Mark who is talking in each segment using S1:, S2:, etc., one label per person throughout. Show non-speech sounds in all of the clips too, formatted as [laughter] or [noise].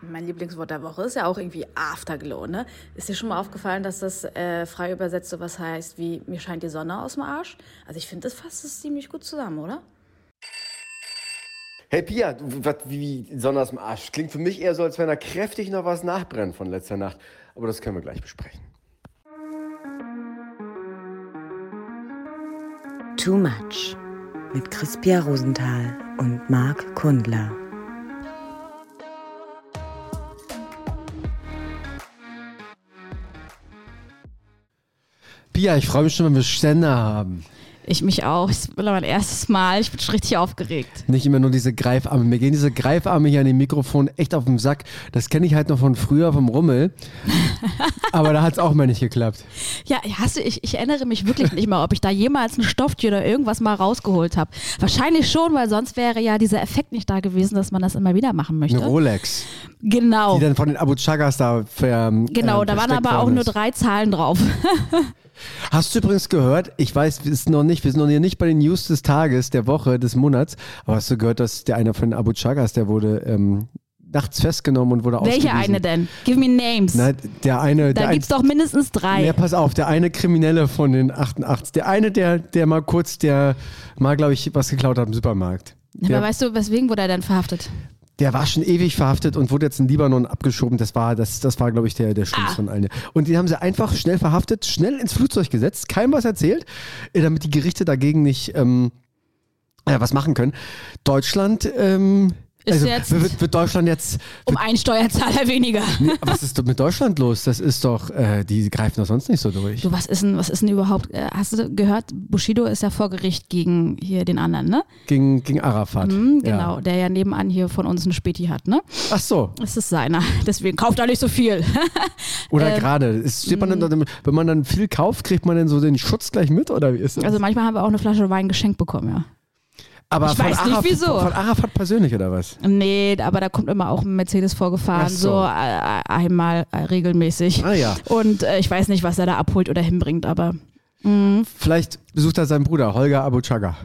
S1: Mein Lieblingswort der Woche ist ja auch irgendwie Afterglow, ne? Ist dir schon mal aufgefallen, dass das äh, frei übersetzt sowas heißt wie mir scheint die Sonne aus dem Arsch? Also ich finde, das fasst es ziemlich gut zusammen, oder?
S2: Hey Pia, du, wat, wie Sonne aus dem Arsch. Klingt für mich eher so, als wenn da kräftig noch was nachbrennt von letzter Nacht. Aber das können wir gleich besprechen.
S3: Too Much mit Crispia Rosenthal und Marc Kundler.
S4: Pia, ich freue mich schon, wenn wir Ständer haben.
S5: Ich mich auch. Es war mein erstes Mal. Ich bin schon richtig aufgeregt.
S4: Nicht immer nur diese Greifarme. Mir gehen diese Greifarme hier an dem Mikrofon echt auf den Sack. Das kenne ich halt noch von früher vom
S5: [laughs]
S4: Rummel. Aber da hat es auch mal nicht geklappt.
S5: Ja, hast du, ich, ich erinnere mich wirklich nicht mehr, ob ich da jemals ein Stofftier oder irgendwas mal rausgeholt habe. Wahrscheinlich schon, weil sonst wäre ja dieser Effekt nicht da gewesen, dass man das immer wieder machen möchte.
S4: Eine Rolex,
S5: Genau.
S4: die dann von den Abu Chagas da ver,
S5: Genau,
S4: äh,
S5: da waren
S4: versteckt
S5: aber auch
S4: worden
S5: nur
S4: ist.
S5: drei
S4: [laughs]
S5: Zahlen drauf.
S4: Hast du übrigens gehört, ich weiß es noch nicht, wir sind noch hier nicht bei den News des Tages, der Woche, des Monats, aber hast du gehört, dass der einer von den Abu Chagas, der wurde ähm, nachts festgenommen und wurde
S5: Welche
S4: ausgewiesen.
S5: eine denn? Give me names.
S4: Na, der eine, der
S5: da
S4: ein-
S5: gibt's doch mindestens drei.
S4: Ja, pass auf, der eine Kriminelle von den 88. Der eine, der, der mal kurz, der mal, glaube ich, was geklaut hat im Supermarkt.
S5: aber
S4: Der,
S5: weißt du, weswegen wurde er denn verhaftet?
S4: der war schon ewig verhaftet und wurde jetzt in Libanon abgeschoben. Das war, das, das war glaube ich, der, der
S5: Ah.
S4: schlimmste von allen. Und die haben sie einfach schnell verhaftet, schnell ins Flugzeug gesetzt, keinem was erzählt, äh, damit die Gerichte dagegen nicht ähm, ja, was machen können. Deutschland. Ähm,
S5: Ist
S4: also
S5: jetzt-
S4: wird, wird Deutschland jetzt.
S5: Um einen Steuerzahler [laughs] weniger.
S4: [laughs] Was ist mit Deutschland los? Das ist doch, äh, die greifen doch sonst nicht so durch.
S5: Du, was ist denn, was ist denn überhaupt? äh, Hast du gehört, Bushido ist ja vor Gericht gegen hier den anderen, ne?
S4: Gegen, gegen Arafat.
S5: Mhm,
S4: Ja.
S5: genau, der ja nebenan hier von uns einen Späti hat, ne?
S4: Ach so,
S5: Es ist seiner. [laughs] Deswegen kauft er nicht so viel. [laughs]
S4: oder
S5: Ähm,
S4: gerade. Es Steht man
S5: mm.
S4: dann, wenn man dann viel kauft, kriegt man dann so den Schutz gleich mit oder wie ist das?
S5: Also manchmal haben wir auch eine Flasche Wein geschenkt bekommen, ja.
S4: Aber
S5: ich weiß nicht, wieso.
S4: Von, von Arafat persönlich oder was?
S5: Nee, aber da kommt immer auch ein Mercedes
S4: Ach
S5: vorgefahren,
S4: so.
S5: so, äh, äh, einmal äh, regelmäßig.
S4: Ah ja.
S5: [laughs] Und äh, ich weiß nicht, was er da abholt oder hinbringt, aber [laughs]
S4: Vielleicht besucht er seinen Bruder, Holger Abuchaga.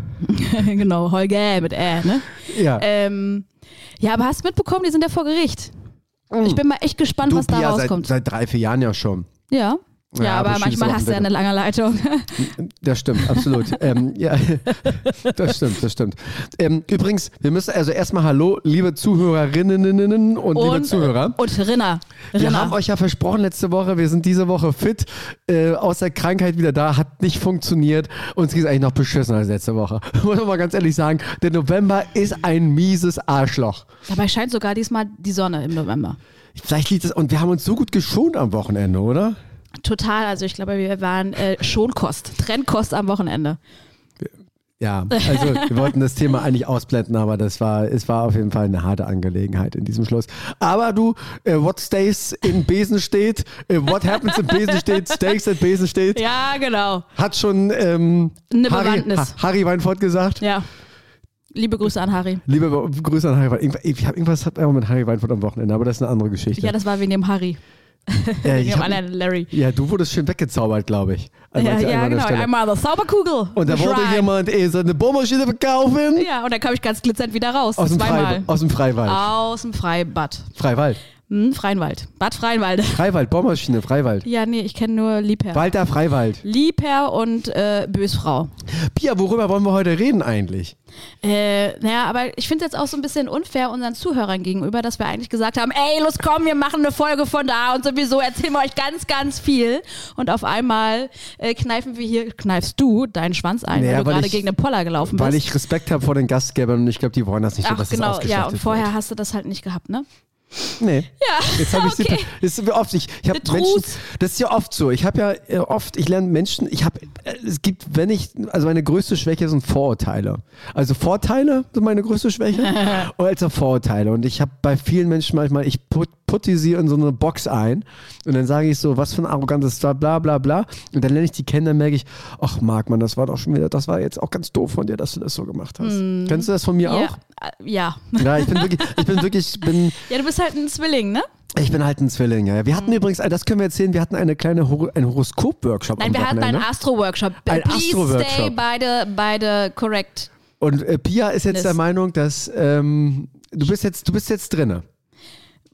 S5: genau, Holger mit Ä, ne?
S4: Ja.
S5: Ähm, ja, aber hast du mitbekommen, die sind ja vor Gericht. Ich bin mal echt gespannt,
S4: Oh. du,
S5: was da
S4: Pia, seit,
S5: rauskommt.
S4: seit drei, vier Jahren ja schon.
S5: ja. Ja,
S4: Ja,
S5: aber
S4: Bushido ist
S5: manchmal
S4: auch
S5: hast du ja
S4: ein
S5: eine lange Leitung.
S4: Das stimmt, absolut. ähm, ja, [laughs] das stimmt, das stimmt. Ähm, übrigens, wir müssen also erstmal Hallo, liebe Zuhörerinnen und, liebe Zuhörer.
S5: [laughs] Und äh, Rinner.
S4: Wir
S5: Rinner.
S4: haben euch ja versprochen letzte Woche, wir sind diese Woche fit, äh, aus der Krankheit wieder da, hat nicht funktioniert. Uns ging es eigentlich noch beschissener als letzte Woche. [laughs] Muss man mal ganz ehrlich sagen, der November ist ein mieses Arschloch.
S5: Dabei scheint sogar diesmal die Sonne im November.
S4: Vielleicht liegt es, und wir haben uns so gut geschont am Wochenende, oder?
S5: Total, also ich glaube, wir waren äh, Schonkost, [laughs] Trennkost am Wochenende.
S4: [laughs] Ja, also wir wollten das Thema eigentlich ausblenden, aber das war, es war auf jeden Fall eine harte Angelegenheit in diesem Schluss. Aber du, äh, what stays in Besen steht, äh, what happens in Besen steht, stays in Besen steht.
S5: Ja, genau.
S4: Hat schon ähm,
S5: Eine
S4: Harry,
S5: Bewandtnis.
S4: Ha- Harry Weinfurt gesagt.
S5: Ja. Liebe Grüße an Harry.
S4: Liebe Be- Grüße an Harry Weinfurt. Ich habe irgendwas hab auch mit Harry Weinfurt am Wochenende, aber das ist eine andere Geschichte.
S5: Ja, das war wegen dem Harry.
S4: Äh, ich
S5: Wegen dem
S4: hab-
S5: anderen Larry.
S4: ja, du wurdest schön weggezaubert, glaube ich. an
S5: Ja,
S4: mancher- an
S5: ja
S4: meiner
S5: genau.
S4: Stelle.
S5: Einmal der Zauberkugel.
S4: Und da wollte
S5: Shrine.
S4: jemand eh so eine Bohrmaschine verkaufen.
S5: Ja, und dann kam ich ganz glitzernd wieder raus.
S4: Aus, dem
S5: zweimal. Ah.
S4: Freib- aus dem Freiwald.
S5: Aus dem Freibad.
S4: Freiwald.
S5: Hm, Freienwald. Bad Freienwald.
S4: Freiwald, Bohrmaschine, Freiwald.
S5: [laughs] Ja, nee, ich kenne nur Liebherr.
S4: Walter Freiwald.
S5: Liebherr und äh, Bösfrau.
S4: Pia, worüber wollen wir heute reden eigentlich?
S5: Äh, naja, aber ich finde es jetzt auch so ein bisschen unfair unseren Zuhörern gegenüber, dass wir eigentlich gesagt haben, ey, los komm, wir machen eine Folge von da und sowieso erzählen wir euch ganz, ganz viel. Und auf einmal äh, kneifen wir hier, kneifst du deinen Schwanz ein,
S4: Naja,
S5: weil du
S4: weil
S5: gerade
S4: ich-
S5: gegen den Poller gelaufen
S4: Weil
S5: bist.
S4: ich Respekt habe vor den Gastgebern und ich glaube, die wollen das nicht so,
S5: Ach
S4: dass
S5: genau,
S4: das
S5: ja,
S4: ausgeschlachtet
S5: und vorher hast du das halt nicht gehabt, ne?
S4: Nee.
S5: Ja,
S4: Jetzt habe ich
S5: okay.
S4: sie. Das ist mir oft. Ich, ich habe
S5: Betrug.
S4: Menschen. Das ist ja oft so. Ich habe ja äh, oft. Ich lerne Menschen. Ich habe. äh, Es gibt, wenn ich. Also meine größte Schwäche sind Vorurteile. Also Vorteile sind meine größte
S5: [laughs]
S4: Schwäche. und also Vorurteile. Und ich habe bei vielen Menschen manchmal. Ich put, putte sie in so eine Box ein. Und dann sage ich so, was für ein arrogantes bla bla bla bla. Und dann lerne ich die kennen. Dann merke ich, ach Marc, Mann, das war doch schon wieder. Das war jetzt auch ganz doof von dir, dass du das so gemacht hast. Kennst du das von mir auch?
S5: Hm. Ja, äh, ja.
S4: Ja, ich bin wirklich. Ich bin wirklich. Bin,
S5: ja, du bist halt ein Zwilling, ne?
S4: ich bin halt ein Zwilling, ja. Wir hatten
S5: Mhm.
S4: übrigens, das können wir erzählen, wir hatten eine kleine Hor ein Horoskop-Workshop am
S5: Nein, wir hatten
S4: Wochenende.
S5: einen Astro-Workshop.
S4: Ein
S5: Please stay
S4: Astro-Workshop.
S5: by the, by the correct.
S4: Und äh, Pia ist jetzt
S5: Nis.
S4: der Meinung, dass ähm, du bist jetzt, du bist jetzt drinne.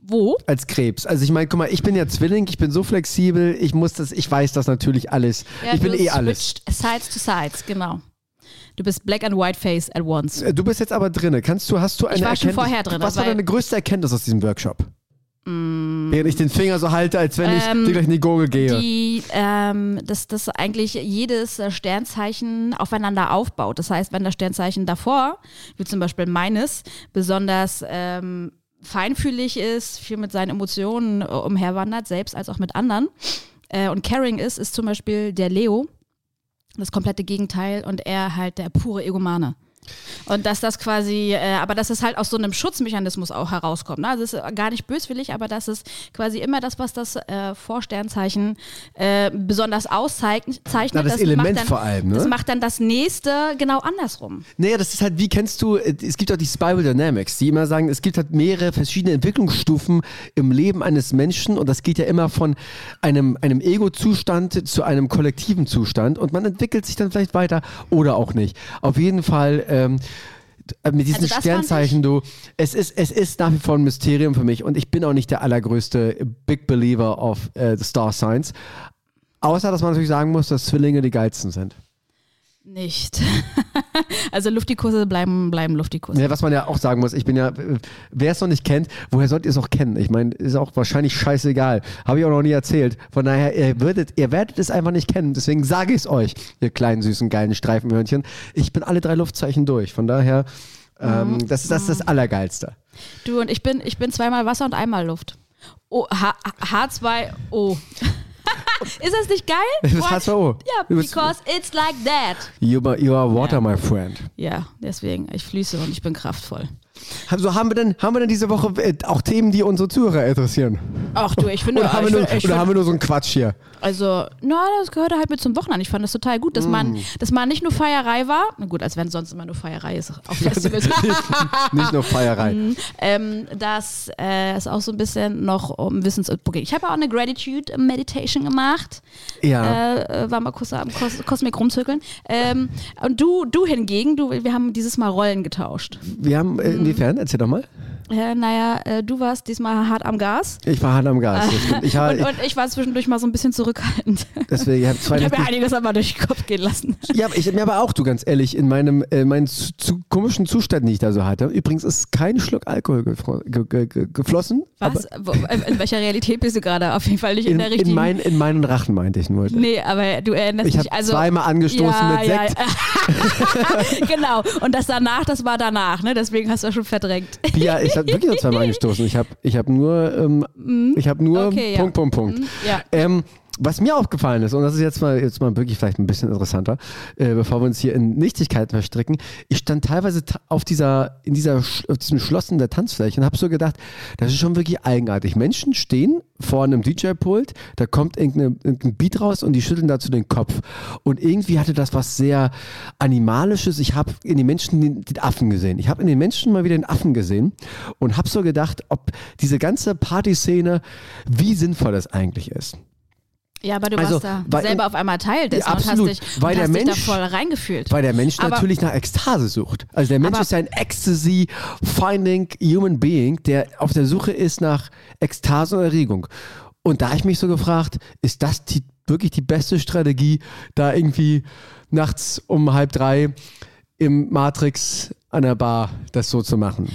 S5: Wo?
S4: als Krebs. Also ich meine, guck mal, ich bin ja Zwilling, ich bin so flexibel, ich muss das, ich weiß das natürlich alles. ich bin
S5: du
S4: eh alles.
S5: switcht Sides to sides, genau. Du bist black and white face at once.
S4: Äh, Du bist jetzt aber drinne. Kannst du, hast du eine
S5: war schon
S4: Erkenntnis-
S5: vorher drin,
S4: Was war
S5: weil- Mm.
S4: deine größte Erkenntnis aus diesem Workshop? Während ich den Finger so halte, als wenn
S5: Ähm,
S4: ich dir gleich in die Gurgel gehe.
S5: Die, ähm, dass, dass eigentlich jedes äh, Sternzeichen aufeinander aufbaut. Das heißt, wenn das Sternzeichen davor, wie zum Beispiel meines, besonders ähm, feinfühlig ist, viel mit seinen Emotionen äh, umherwandert, selbst als auch mit anderen, äh, und caring ist, ist zum Beispiel der Leo das komplette Gegenteil und er halt der pure Egomane. Und dass das quasi, äh, aber dass es halt aus so einem Schutzmechanismus auch herauskommt. Ne? Also es ist gar nicht böswillig, aber das ist quasi immer das, was das äh, Vorsternzeichen äh, besonders auszeichnet.
S4: Na, das Element vor allem, ne?
S5: Das macht dann das nächste genau andersrum.
S4: Naja, das ist halt, wie kennst du, äh, es gibt auch die Spiral Dynamics, die immer sagen, es gibt halt mehrere verschiedene Entwicklungsstufen im Leben eines Menschen und das geht ja immer von einem, einem Ego-Zustand zu einem kollektiven Zustand und man entwickelt sich dann vielleicht weiter oder auch nicht. Auf jeden Fall, ähm, d- mit diesen
S5: Also das fand
S4: Sternzeichen, du, es ist, es ist nach wie vor ein Mysterium für mich und ich bin auch nicht der allergrößte Big Believer of äh, the Star Signs. Außer, dass man natürlich sagen muss, dass Zwillinge die geilsten sind.
S5: Nicht. [laughs] also Luftikusse bleiben, bleiben Luftikusse.
S4: Ja, was man ja auch sagen muss, ich bin ja, wer es noch nicht kennt, woher sollt ihr es auch kennen? Ich meine, ist auch wahrscheinlich scheißegal. Habe ich auch noch nie erzählt. Von daher, ihr, würdet, ihr werdet es einfach nicht kennen. Deswegen sage ich es euch, ihr kleinen, süßen, geilen Streifenhörnchen. Ich bin alle drei Luftzeichen durch. Von daher, ähm, das, ist- das ist das Allergeilste.
S5: Du und ich bin, ich bin zweimal Wasser und einmal Luft. Oh, H- H2O. [laughs] ist das nicht geil?
S4: Das ist
S5: What?
S4: H2O.
S5: Ja,
S4: Du bist-
S5: because it's like that.
S4: You, are- you are water, my friend.
S5: Ja, deswegen, ich fließe und ich bin kraftvoll.
S4: So, haben wir denn, haben wir denn diese Woche äh, auch Themen, die unsere Zuhörer interessieren?
S5: Ach du, ich finde,
S4: Oder, haben,
S5: ich
S4: wir nur,
S5: finde- ich
S4: oder haben
S5: finde
S4: wir nur so einen Quatsch hier?
S5: also, na, das gehörte halt mit zum Wochenende. Ich fand das total gut, dass
S4: Mm.
S5: man, dass man nicht nur Feierei war, na gut, als wenn sonst immer nur Feierei ist
S4: [laughs]
S5: auf Festivals,
S4: Nicht nur Feierei.
S5: [laughs] ähm, dass äh, es auch so ein bisschen noch um Wissensinput geht. Ich habe auch eine Gratitude Meditation gemacht.
S4: Ja.
S5: äh, äh, war mal kurz am Kos Kosmik rumzirkeln. Ähm, und du, du hingegen, du, wir haben dieses Mal Rollen getauscht.
S4: wir haben, äh, inwiefern? Erzähl doch mal.
S5: Äh, naja, äh, du warst diesmal hart am Gas.
S4: Ich war hart am Gas. das stimmt. Ich war,
S5: Und, und ich war zwischendurch mal so ein
S4: [laughs]
S5: bisschen zurückhaltend.
S4: Deswegen, ich habe zwei
S5: [laughs] Ich habe mir
S4: richtig,
S5: einiges aber durch den Kopf gehen
S4: [laughs]
S5: lassen.
S4: ja, aber ich mir aber auch, du ganz ehrlich, in meinem äh, meinen zu, zu komischen Zustand, den ich da so hatte. Übrigens ist kein Schluck Alkohol gefro- ge, ge, ge, geflossen.
S5: Was? Wo, in welcher Realität bist du gerade? Auf jeden Fall nicht in,
S4: In,
S5: der
S4: in,
S5: richtigen.
S4: mein, in meinen Rachen meinte ich nur.
S5: nee, aber du erinnerst
S4: Ich habe
S5: dich. Also,
S4: zweimal angestoßen
S5: ja,
S4: mit
S5: ja,
S4: Sekt.
S5: ja. [laughs] genau. Und das danach, das war danach, ne? Deswegen hast du das schon verdrängt.
S4: Bier, ich habe wirklich nur
S5: [laughs]
S4: zweimal angestoßen. Ich habe ich hab nur, ähm, ich hab nur
S5: Mhm. Okay, ja. Mhm.
S4: Punkt, Punkt, Punkt.
S5: ja.
S4: Ähm, was mir aufgefallen ist, und das ist jetzt mal, jetzt mal wirklich vielleicht ein bisschen interessanter, äh, bevor wir uns hier in Nichtigkeiten verstricken, ich stand teilweise ta auf, dieser, in dieser, Sch- auf diesem Schloss in der Tanzfläche und habe so gedacht, das ist schon wirklich eigenartig. Menschen stehen vor einem DJ-Pult, da kommt irgendeine, irgendein Beat raus und die schütteln dazu den Kopf. Und irgendwie hatte das was sehr Animalisches. Ich habe in den Menschen den, den Affen gesehen. Ich habe in den Menschen mal wieder den Affen gesehen und habe so gedacht, ob diese ganze Partyszene, wie sinnvoll das eigentlich ist.
S5: Ja, aber du
S4: Also,
S5: warst da
S4: weil-
S5: selber auf einmal Teil dessen
S4: Ja, absolut,
S5: und hast dich,
S4: weil
S5: und
S4: der
S5: hast
S4: Mensch-
S5: dich da voll reingefühlt.
S4: Weil der Mensch
S5: Aber-
S4: natürlich nach Ekstase sucht. Also der Mensch
S5: Aber-
S4: ist ein Ecstasy-Finding Human Being, der auf der Suche ist nach Ekstase und Erregung. Und da hab ich mich so gefragt, ist das die, wirklich die beste Strategie, da irgendwie nachts um halb drei im Matrix an der Bar das so zu machen?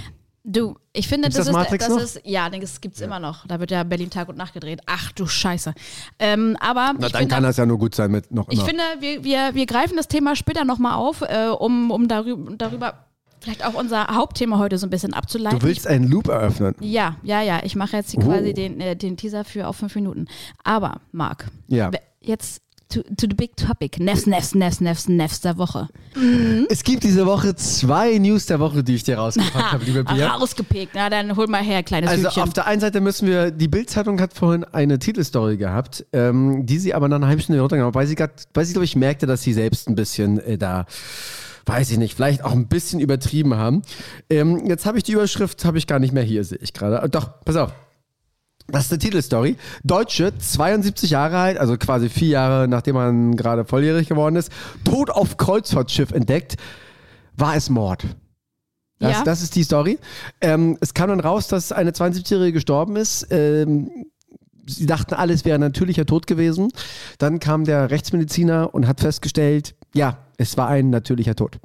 S5: Du, ich finde,
S4: Gibt's
S5: das,
S4: das
S5: ist,
S4: Matrix
S5: das
S4: noch?
S5: ist, ja, nee, das gibt's immer noch. Da wird ja Berlin Tag und Nacht gedreht. Ach du Scheiße. Ähm, aber
S4: Na,
S5: ich
S4: dann
S5: finde,
S4: kann das ja nur gut sein mit noch
S5: ich
S4: immer.
S5: finde wir, wir, wir greifen das Thema später nochmal auf, äh, um, um darüber, darüber vielleicht auch unser Hauptthema heute so ein bisschen abzuleiten.
S4: du willst einen Loop eröffnen.
S5: ich, ja, ja, ja. Ich mache jetzt
S4: Oh.
S5: quasi den, äh, den Teaser für auf fünf Minuten. Aber, Marc,
S4: Ja.
S5: we- jetzt to, to the big topic. Nefs, Nefs, Nefs, Nefs, Nefs der Woche. Hm?
S4: Es gibt diese Woche zwei News der Woche, die ich dir rausgepackt habe, liebe Bia.
S5: Rausgepickt. Na, dann hol mal her, kleines
S4: Also
S5: Hütchen.
S4: auf der einen Seite müssen wir, die Bild-Zeitung hat vorhin eine Titelstory gehabt, ähm, die sie aber nach einer halben Stunde runtergenommen hat, genau, weil sie, grad- weil sie glaube ich, merkte, dass sie selbst ein bisschen äh, da, weiß ich nicht, vielleicht auch ein bisschen übertrieben haben. Ähm, jetzt habe ich die Überschrift, habe ich gar nicht mehr hier, sehe ich gerade. Äh, Doch, pass auf. Das ist eine Titelstory. Deutsche, 72 Jahre alt, also quasi vier Jahre, nachdem man gerade volljährig geworden ist, tot auf Kreuzfahrtschiff entdeckt. War es Mord? Das,
S5: Ja.
S4: das ist die Story. Ähm, es kam dann raus, dass eine 72-Jährige gestorben ist. Ähm, sie dachten, alles wäre natürlicher Tod gewesen. Dann kam der Rechtsmediziner und hat festgestellt, ja, es war ein natürlicher Tod.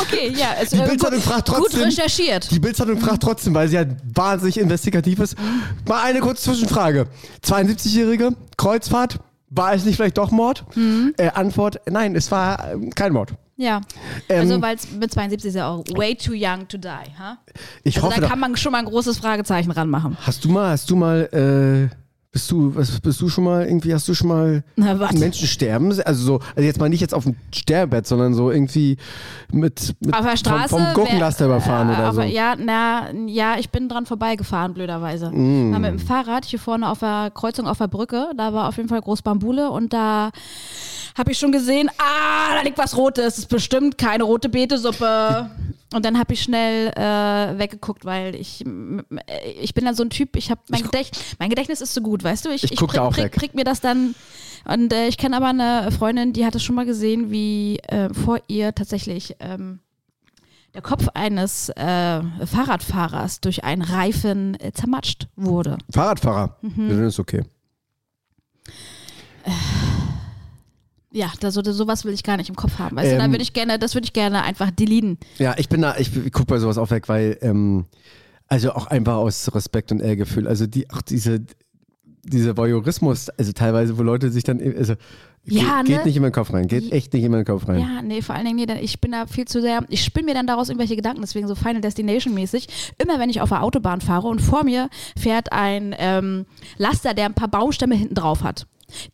S5: Okay, ja. Es,
S4: Die
S5: äh,
S4: Bildzeitung
S5: gut-
S4: fragt
S5: Gut
S4: trotzdem-
S5: recherchiert.
S4: Die Bildzeitung fragt trotzdem, weil sie ja wahnsinnig investigativ ist. Mal eine kurze Zwischenfrage. 72-Jährige, Kreuzfahrt, war es nicht vielleicht doch Mord?
S5: Mhm.
S4: Äh, Antwort, nein, es war ähm, kein Mord.
S5: Ja.
S4: Ähm,
S5: also, weil es mit 72 ist ja auch way too young to die. Ha?
S4: Ich
S5: also,
S4: hoffe,
S5: da
S4: da
S5: kann man schon mal ein großes Fragezeichen ranmachen.
S4: hast du mal, hast du mal, äh, bist du, was, bist du schon mal, irgendwie hast du schon mal
S5: Na, was?
S4: Menschen sterben? se- Also so, also jetzt mal nicht jetzt auf dem Sterbebett, sondern so irgendwie mit, mit
S5: Auf der Straße.
S4: vom, vom Gurkenlaster
S5: wär-
S4: überfahren
S5: äh,
S4: oder
S5: auf-
S4: so.
S5: Ja, na, ja, ich bin dran vorbeigefahren, blöderweise.
S4: Mm.
S5: War mit dem Fahrrad hier vorne auf der Kreuzung auf der Brücke. Da war auf jeden Fall groß Bambule und da habe ich schon gesehen, ah, da liegt was Rotes. Das ist bestimmt keine rote Beetesuppe. Und dann habe ich schnell äh, weggeguckt, weil ich, m- m- äh, ich bin dann so ein Typ, ich habe mein, Gedächt, mein Gedächtnis ist so gut, weißt du?
S4: Ich guck da auch
S5: prick,
S4: weg.
S5: prick mir das dann. Und äh, ich kenne aber eine Freundin, die hatte schon mal gesehen, wie äh, vor ihr tatsächlich ähm, der Kopf eines äh, Fahrradfahrers durch einen Reifen äh, zermatscht wurde.
S4: Fahrradfahrer,
S5: Mhm.
S4: dann ist okay.
S5: Ja, da, so, sowas will ich gar nicht im Kopf haben. Weißt
S4: Ähm.
S5: du, da würde ich gerne, das würde ich gerne einfach deleten.
S4: Ja, ich bin da, ich guck bei sowas auch weg, weil, ähm, also auch einfach aus Respekt und Ehrgefühl, also die, auch diese, dieser Voyeurismus, also teilweise, wo Leute sich dann, eben- also,
S5: Ja,
S4: geht,
S5: ne?
S4: geht nicht in meinen Kopf rein, geht echt nicht in meinen Kopf rein.
S5: Ja, nee, vor allen Dingen, nee, denn ich bin da viel zu sehr, ich spinne mir dann daraus irgendwelche Gedanken, deswegen so Final Destination mäßig. Immer wenn ich auf der Autobahn fahre und vor mir fährt ein ähm, Laster, der ein paar Baumstämme hinten drauf hat.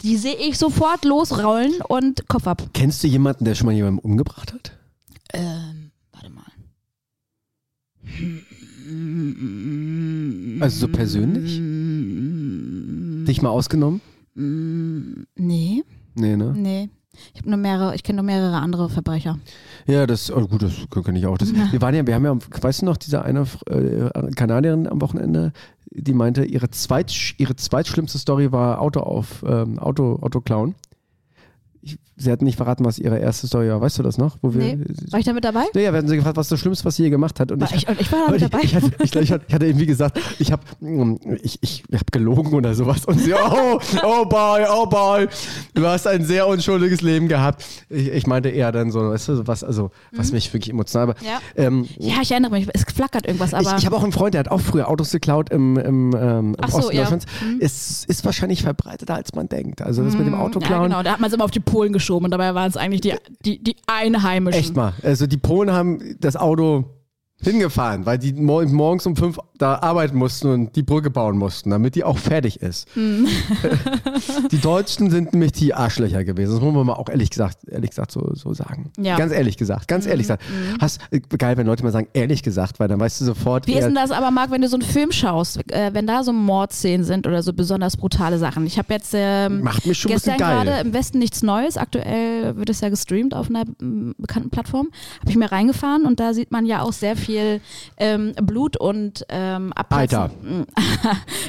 S5: Die sehe ich sofort losrollen und Kopf ab.
S4: Kennst du jemanden, der schon mal jemanden umgebracht hat?
S5: Ähm, warte mal.
S4: Also so persönlich? Dich mal ausgenommen?
S5: Hm. Nee,
S4: Nee, ne?
S5: nee. Ich habe nur mehrere, ich kenne nur mehrere andere Verbrecher.
S4: Ja, das, oh gut, das kenne ich auch. Das, wir waren ja, wir haben ja, weißt du noch, diese eine äh, Kanadierin am Wochenende, die meinte, ihre, zweit, ihre zweitschlimmste Story war Auto auf, ähm, Auto, Auto klauen. Ich, sie hat nicht verraten, was ihre erste Story war. Weißt du das noch? Wo wir,
S5: Nee. War ich damit dabei?
S4: Naja, wir hatten sie gefragt, was das Schlimmste, was sie je gemacht hat. Und
S5: War
S4: ich,
S5: ich, und ich war damit
S4: ich,
S5: dabei.
S4: Ich, hatte, ich, glaub, ich, hatte, ich hatte irgendwie gesagt, ich habe ich, ich hab gelogen oder sowas. Und sie, oh, oh boy, oh boy, du hast ein sehr unschuldiges Leben gehabt. Ich, ich meinte eher dann so, weißt du, so was, also, was mich wirklich emotional. Aber,
S5: Mhm. Ja.
S4: ähm,
S5: Ja, ich erinnere mich. Es flackert irgendwas,
S4: ich,
S5: aber.
S4: ich habe auch einen Freund, der hat auch früher Autos geklaut im, im, ähm, im
S5: Ach so,
S4: Osten
S5: ja. Mhm.
S4: Deutschlands. Es ist wahrscheinlich verbreiteter, als man denkt. Also das mit dem
S5: ja,
S4: Autoklauen.
S5: genau. Da hat man es immer auf die Polen geschoben und dabei waren es eigentlich die, die, die Einheimischen.
S4: Echt mal. Also die Polen haben das Auto hingefahren, weil die mor morgens um fünf da arbeiten mussten und die Brücke bauen mussten, damit die auch fertig ist.
S5: Hm.
S4: [laughs] die Deutschen sind nämlich die Arschlöcher gewesen. Das muss man mal auch ehrlich gesagt, ehrlich gesagt so, so sagen.
S5: Ja. Mhm.
S4: Ganz ehrlich gesagt, ganz ehrlich gesagt. Hast, äh, geil, wenn Leute mal sagen, ehrlich gesagt, weil dann weißt du sofort,
S5: Wie ist
S4: eher-
S5: denn das aber, Marc, wenn du so einen Film schaust, äh, wenn da so Mordszenen sind oder so besonders brutale Sachen? Ich habe jetzt ähm,
S4: Macht mich schon ein bisschen
S5: gestern gerade
S4: geil.
S5: im Westen nichts Neues, aktuell wird es ja gestreamt auf einer m, bekannten Plattform, habe ich mir reingefahren und da sieht man ja auch sehr viel ähm, Blut und ähm, Abplatzen.
S4: Alter.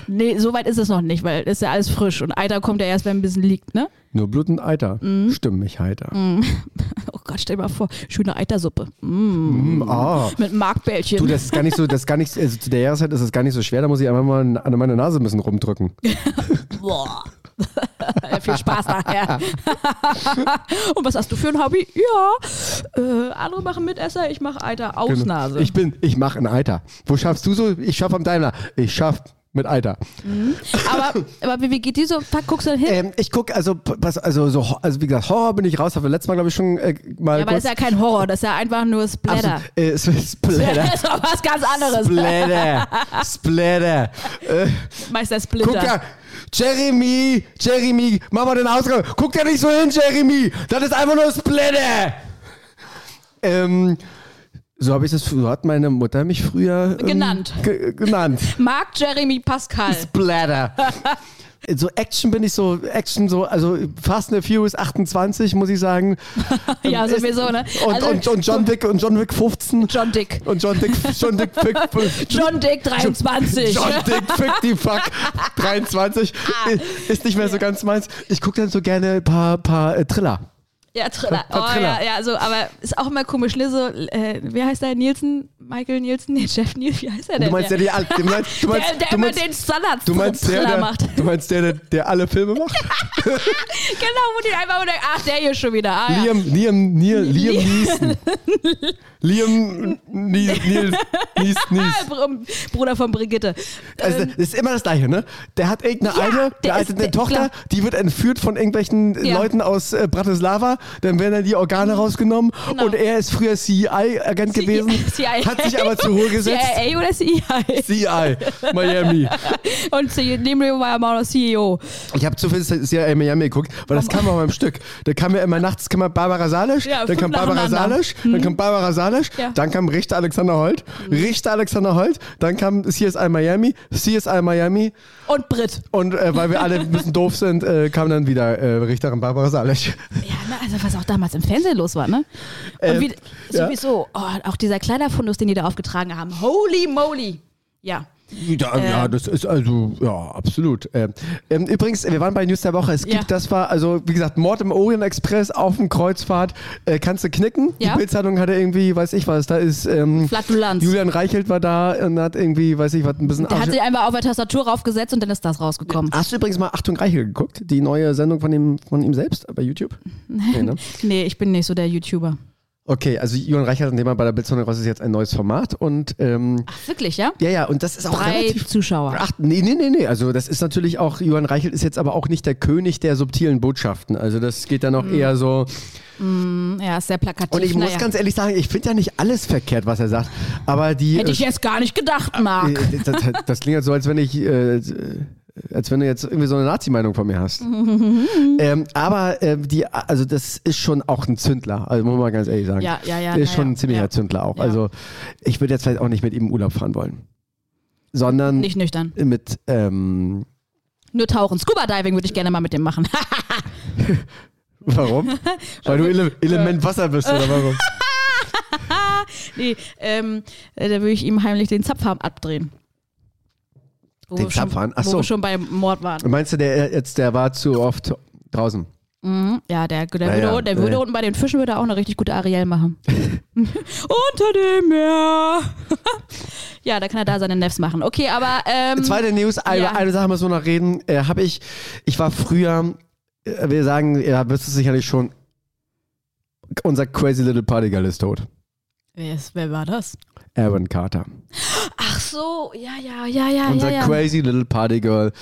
S5: Nee, so weit ist es noch nicht, weil ist ja alles frisch und Alter kommt ja erst, wenn ein bisschen liegt, ne? [laughs]
S4: Nur Blut und Eiter.
S5: Mhm.
S4: Stimmen mich heiter.
S5: Oh Gott, stell dir mal vor, schöne Eitersuppe. Mm,
S4: Mm, ah.
S5: mit Markbällchen.
S4: Du, das ist gar nicht so, das ist gar nicht, also zu der Jahreszeit ist es gar nicht so schwer, da muss ich einfach mal an meine Nase ein bisschen rumdrücken.
S5: Boah. [laughs] Viel
S4: [laughs]
S5: Spaß nachher. Und was hast du für ein Hobby? Ja, äh, andere machen Mitesser, ich mache Alter
S4: Genau.
S5: Ausnase.
S4: Ich bin, ich mache ein Alter. Wo schaffst du so? Ich schaffe am Daimler. Ich schaff mit Alter.
S5: Aber, aber wie, wie geht die so? Fuck, guckst du dann hin?
S4: Ähm, ich gucke, also, p- pass- also, so, ho- also wie gesagt, Horror bin ich raus, habe letztes Mal, glaube ich, schon äh, mal
S5: ja, aber das
S4: kurz.
S5: ist ja kein Horror, das ist ja einfach nur Splatter.
S4: Absolut. Äh, S- Splatter.
S5: [laughs] Das ist doch was ganz anderes. [laughs]
S4: Splatter. Splatter.
S5: Meister
S4: Guck
S5: Splitter.
S4: da. Jeremy, Jeremy, mach mal den Ausgang. Guck da nicht so hin, Jeremy. Das ist einfach nur Splatter. Ähm, so habe ich das, so hat meine Mutter mich früher ähm,
S5: Genannt.
S4: ge- genannt.
S5: Mark Jeremy Pascal.
S4: Splatter. So Action bin ich so, Action so, also Fast and the Furious 28, muss ich sagen.
S5: [laughs] Ja,
S4: Ist-
S5: sowieso, ne?
S4: Und,
S5: Also-
S4: und, und John Wick und John Wick 15.
S5: John Dick.
S4: und John Dick, John Dick, Fick,
S5: John Dick 23.
S4: John Dick, Fick die Fuck
S5: Ah.
S4: 23. Ist nicht mehr so ganz meins. Ich gucke dann so gerne ein paar, paar äh, Thriller.
S5: Ja, Triller.
S4: Tra-
S5: Oh,
S4: Triller.
S5: ja, ja, so, aber ist auch immer komisch. Ne? So, äh, wie heißt der? Nielsen? Michael Nielsen? [laughs] Nee, Jeff Nielsen, wie heißt er denn?
S4: Du meinst der, die all- du meinst, du
S5: [laughs] der,
S4: meinst,
S5: der, der
S4: du
S5: immer
S4: meinst,
S5: den Standards
S4: du meinst der,
S5: Thriller
S4: der,
S5: macht. [laughs]
S4: du meinst der, der, der alle Filme macht?
S5: Genau, wo die einfach denken, ach, der hier schon wieder. Ah, [laughs] ja.
S4: Liam, Liam, Neil, Liam
S5: [laughs]
S4: Neeson. Liam Neil, Neil, Nees, Nees.
S5: Ah, Br- Bruder von Brigitte.
S4: Also, das ist immer das Gleiche, ne? Der hat irgendeine
S5: Ähm, Ja,
S4: eine,
S5: der
S4: der
S5: ist-
S4: hat eine
S5: der-
S4: Tochter,
S5: klar.
S4: die wird entführt von irgendwelchen äh,
S5: Ja.
S4: Leuten aus äh, Bratislava, dann werden dann die Organe rausgenommen
S5: Genau.
S4: und er ist früher CI-Agent
S5: [laughs]
S4: [laughs]
S5: C-
S4: gewesen,
S5: CIA.
S4: hat sich aber zur
S5: [laughs]
S4: Ruhe gesetzt.
S5: CIA oder CIA?
S4: CI, Miami.
S5: [laughs] Und C- nehmen wir mal mal E noch CEO.
S4: Ich habe zu viel CIA Miami geguckt, weil das kam auch im Stück. Da kam ja immer nachts kam mal Barbara Salisch,
S5: Ja,
S4: dann
S5: fünf
S4: kam Barbara
S5: nacheinander.
S4: Salisch, dann kam Barbara Salisch,
S5: Ja. Mhm.
S4: dann kam Richter Alexander Holt, Richter Alexander Holt, dann kam CSI Miami, CSI Miami
S5: Und Brit.
S4: und äh, weil wir alle ein bisschen doof sind, äh, kam dann wieder äh, Richterin Barbara Salisch.
S5: Ja, ne, also was auch damals im Fernsehen los war, ne? Und
S4: Ähm,
S5: wie,
S4: ja.
S5: sowieso, oh, auch dieser Kleiderfundus, den die da aufgetragen haben. Holy moly. Ja.
S4: Ja, ja, das ist also, ja, absolut. Ähm, ähm, übrigens, wir waren bei News der Woche. Es gibt,
S5: Ja.
S4: das war, also, wie gesagt, Mord im Orient Express auf dem Kreuzfahrt. Äh, kannst du knicken?
S5: Ja.
S4: Die Bildzeitung hatte irgendwie, weiß ich was, da ist. Ähm,
S5: Flatulenz.
S4: Julian also Reichelt war da und hat irgendwie, weiß ich was, ein bisschen.
S5: Der hat
S4: Arsch-
S5: sich einfach auf der Tastatur raufgesetzt und dann ist das rausgekommen.
S4: Hast du übrigens mal Achtung Reichelt geguckt? Die neue Sendung von, dem, von ihm selbst bei
S5: [laughs]
S4: YouTube? Nee, ne?
S5: Nee, ich bin nicht so der YouTuber.
S4: Okay, also Julian Reichelt, indem er bei der Bildzeitung raus ist, jetzt ein neues Format und. Ähm,
S5: Ach, wirklich, ja?
S4: ja, ja, und das ist auch
S5: Drei
S4: relativ
S5: Zuschauer.
S4: Ach, nee, nee, nee, nee. Also das ist natürlich auch, Johann Reichelt ist jetzt aber auch nicht der König der subtilen Botschaften. Also das geht dann auch eher so.
S5: Mhm. Ja, ist sehr plakativ.
S4: Und ich muss
S5: naja.
S4: ganz ehrlich sagen, ich finde ja nicht alles verkehrt, was er sagt. Aber die.
S5: Hätte ich jetzt gar nicht gedacht,
S4: äh,
S5: Marc.
S4: das, das, das klingt halt so, als wenn ich. Äh, als wenn du jetzt irgendwie so eine Nazi-Meinung von mir
S5: [laughs]
S4: hast. ähm, aber äh, die, also das ist schon auch ein Zündler, also muss man mal ganz ehrlich sagen.
S5: Ja, ja, ja,
S4: Ist
S5: na
S4: schon
S5: ja,
S4: ein ziemlicher
S5: ja.
S4: Zündler auch.
S5: Ja.
S4: Also ich würde jetzt vielleicht auch nicht mit ihm in Urlaub fahren wollen. Sondern
S5: Nicht nüchtern.
S4: mit ähm,
S5: Nur tauchen. Scuba Diving würde ich gerne mal mit dem machen. [laughs]
S4: Warum? [laughs] Weil du Ele Element Wasser bist, oder warum?
S5: nee, ähm, äh, da würde ich ihm heimlich den Zapfhahn abdrehen. Wo
S4: Den
S5: wir schon-
S4: Zapfhahn? Ach
S5: wo
S4: so.
S5: wir schon beim Mord waren.
S4: [laughs] Meinst du, der äh, jetzt, der war zu oft draußen?
S5: Ja, der, der,
S4: Naja,
S5: würde, der würde
S4: äh.
S5: unten bei den Fischen würde er auch eine richtig gute Ariel machen.
S4: [laughs]
S5: Unter dem Meer. [laughs] ja, da kann er da seine Nefs machen. Okay, aber ähm,
S4: Zweite News, eine,
S5: ja.
S4: eine Sache müssen wir noch reden. Äh, hab ich, ich war früher, äh, wir sagen, ja, wirst du sicherlich schon, unser crazy little party girl ist tot.
S5: wer, ist, wer war das?
S4: Aaron Carter.
S5: Ach so, ja, ja, ja, ja,
S4: Unser
S5: ja. ja.
S4: crazy little party girl.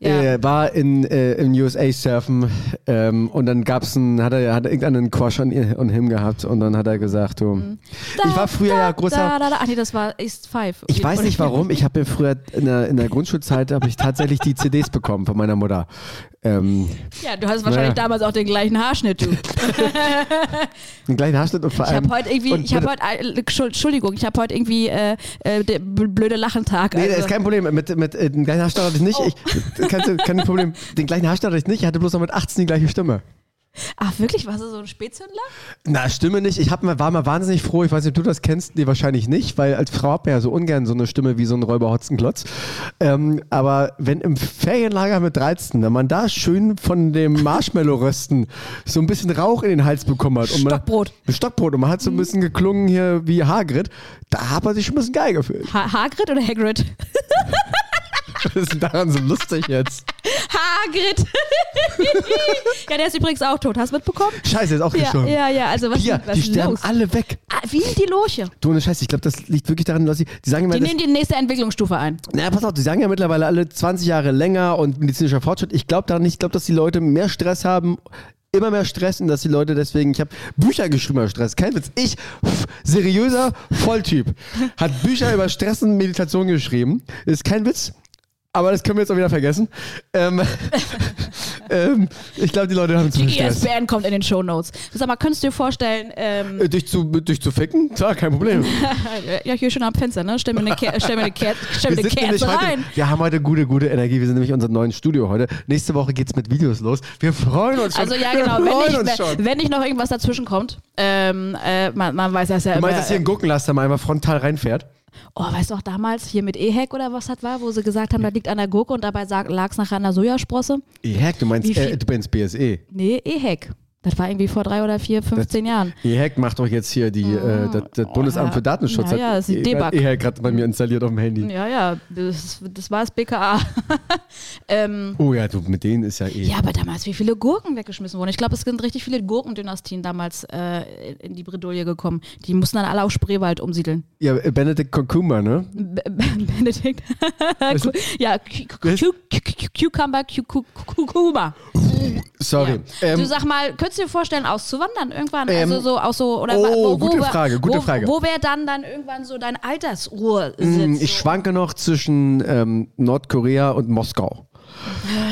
S5: Ja.
S4: Äh, war in, äh, in USA surfen ähm, und dann gab's ein, hat er, hat er irgendeinen Quash an, ihr- an ihm gehabt und dann hat er gesagt, du, ich war früher ja großer,
S5: Da, da, da. Ach nee, das war East Five.
S4: Ich weiß nicht warum. Ich habe mir früher in der, in der Grundschulzeit habe ich tatsächlich die CDs bekommen von meiner Mutter. Ähm,
S5: Ja, du hast wahrscheinlich
S4: Naja.
S5: damals auch den gleichen
S4: [laughs]
S5: Haarschnitt, du.
S4: einen kleinen Haarschnitt und vor
S5: Ich
S4: allem.
S5: habe heute irgendwie,
S4: Ähm, und
S5: ich habe
S4: bitte-
S5: heute, äh, Entschuld- Entschuldigung, ich habe heute irgendwie äh, äh, der b- blöde Lachentag.
S4: Nee,
S5: also. Oh.
S4: das ist kein Problem. Mit, mit äh, dem gleichen Haarschnitt hatte ich nicht. Ich, kannst, du- kein Problem. Den gleichen Haarschnitt hatte ich nicht. Ich hatte bloß noch mit 18 die gleiche Stimme.
S5: Ach wirklich, warst du so ein Spätzündler?
S4: Na, Stimme nicht. Ich hab mal, war mal wahnsinnig froh. Ich weiß nicht, ob du das kennst. Nee, wahrscheinlich nicht, weil als Frau hat man ja so ungern so eine Stimme wie so ein Räuberhotzenklotz. Ähm, aber wenn im Ferienlager mit 13, wenn man da schön von dem Marshmallow-Rösten so ein bisschen Rauch in den Hals bekommen hat. Und man,
S5: Stockbrot. Mhm.
S4: Stockbrot. Und man hat so ein bisschen geklungen hier wie Hagrid. Da hat man sich schon ein bisschen geil
S5: [laughs]
S4: gefühlt.
S5: Ha Hagrid oder Hagrid?
S4: Was ist denn daran so lustig jetzt?
S5: Hagrid. [laughs] ja, der ist übrigens auch tot. Hast du mitbekommen?
S4: Scheiße, ist auch
S5: Ja,
S4: gestorben.
S5: ja, ja. Also was,
S4: Hier,
S5: was
S4: die
S5: ist
S4: sterben
S5: los?
S4: alle weg.
S5: Ah, Wie die Lurche.
S4: Du, ne Scheiße, ich glaube, das liegt wirklich daran, dass sie, die sagen immer,
S5: Die
S4: dass
S5: nehmen die nächste Entwicklungsstufe ein.
S4: Naja, pass auf, die sagen ja mittlerweile alle 20 Jahre länger und medizinischer Fortschritt. Ich glaube daran nicht. Ich glaube, dass die Leute mehr Stress haben, immer mehr Stress und dass die Leute deswegen, ich habe Bücher geschrieben über Stress. Kein Witz. Ich, pff, seriöser Volltyp, hat Bücher über Stress und Meditation geschrieben. Ist kein Witz. Aber das können wir jetzt auch wieder vergessen. Ähm, [laughs] ähm, ich glaube, die Leute haben zu viel
S5: Die
S4: Stress.
S5: ISBN kommt in den Shownotes. Sag mal, könntest du dir vorstellen,
S4: [laughs]
S5: ähm,
S4: Äh, Dich zu, dich zu ficken? Klar, kein Problem.
S5: ja, hier schön am Fenster, ne? Stell mir
S4: [laughs]
S5: eine, Ker stell mir eine, Ker stell mir eine
S4: sind nämlich
S5: Kerze
S4: heute,
S5: rein.
S4: wir haben heute gute, gute Energie. Wir sind nämlich in unserem neuen Studio heute. Nächste Woche geht's mit Videos los. Wir freuen uns schon.
S5: Also ja,
S4: wir [laughs]
S5: genau.
S4: freuen
S5: Wenn
S4: uns
S5: nicht,
S4: schon.
S5: wenn- wenn nicht noch irgendwas dazwischen kommt, ähm, äh, man, man weiß das ja
S4: Du
S5: immer.
S4: meinst, dass hier ein Gurkenlaster mal einfach frontal reinfährt?
S5: oh, weißt du auch damals hier mit Ehek oder was das war, wo sie gesagt haben, da liegt an der Gurke und dabei lag es nachher an der Sojasprosse?
S4: Heck, du meinst,
S5: Wie viel-
S4: äh, du meinst BSE.
S5: Nee, Ehek. Das war irgendwie vor drei oder vier, 15 Jahren.
S4: EHEC macht doch jetzt hier die, äh, das, das Bundesamt
S5: Ah. Oh, ja.
S4: für Datenschutz.
S5: Ja, ja, das ist die
S4: EHEC
S5: Debug.
S4: EHEC hat bei mir installiert auf dem Handy.
S5: Ja, ja, das, das war das BKA. ähm,
S4: Oh ja, du, mit denen ist ja eh.
S5: [laughs] ja, aber damals, wie viele Gurken weggeschmissen wurden. Ich glaube, es sind richtig viele Gurkendynastien damals äh, in die Bredouille gekommen. Die mussten dann alle auf Spreewald umsiedeln. [laughs]
S4: Ja, äh, Benedict Concumber, ne?
S5: B- B- Benedikt. Cu- [laughs] ja, Cu- Cu- Cu- Cu- Cucumber, Cu- Cu- Kurkuma.
S4: Sorry. Ähm,
S5: du sag mal, könntest du dir vorstellen, auszuwandern irgendwann?
S4: Ähm,
S5: also so, auch so, oder
S4: oh,
S5: wa-
S4: gute
S5: wa-
S4: Frage, gute
S5: wo,
S4: Frage.
S5: Wo wäre dann dann irgendwann so dein Altersruhe?
S4: mh, ich schwanke noch zwischen ähm, Nordkorea und Moskau.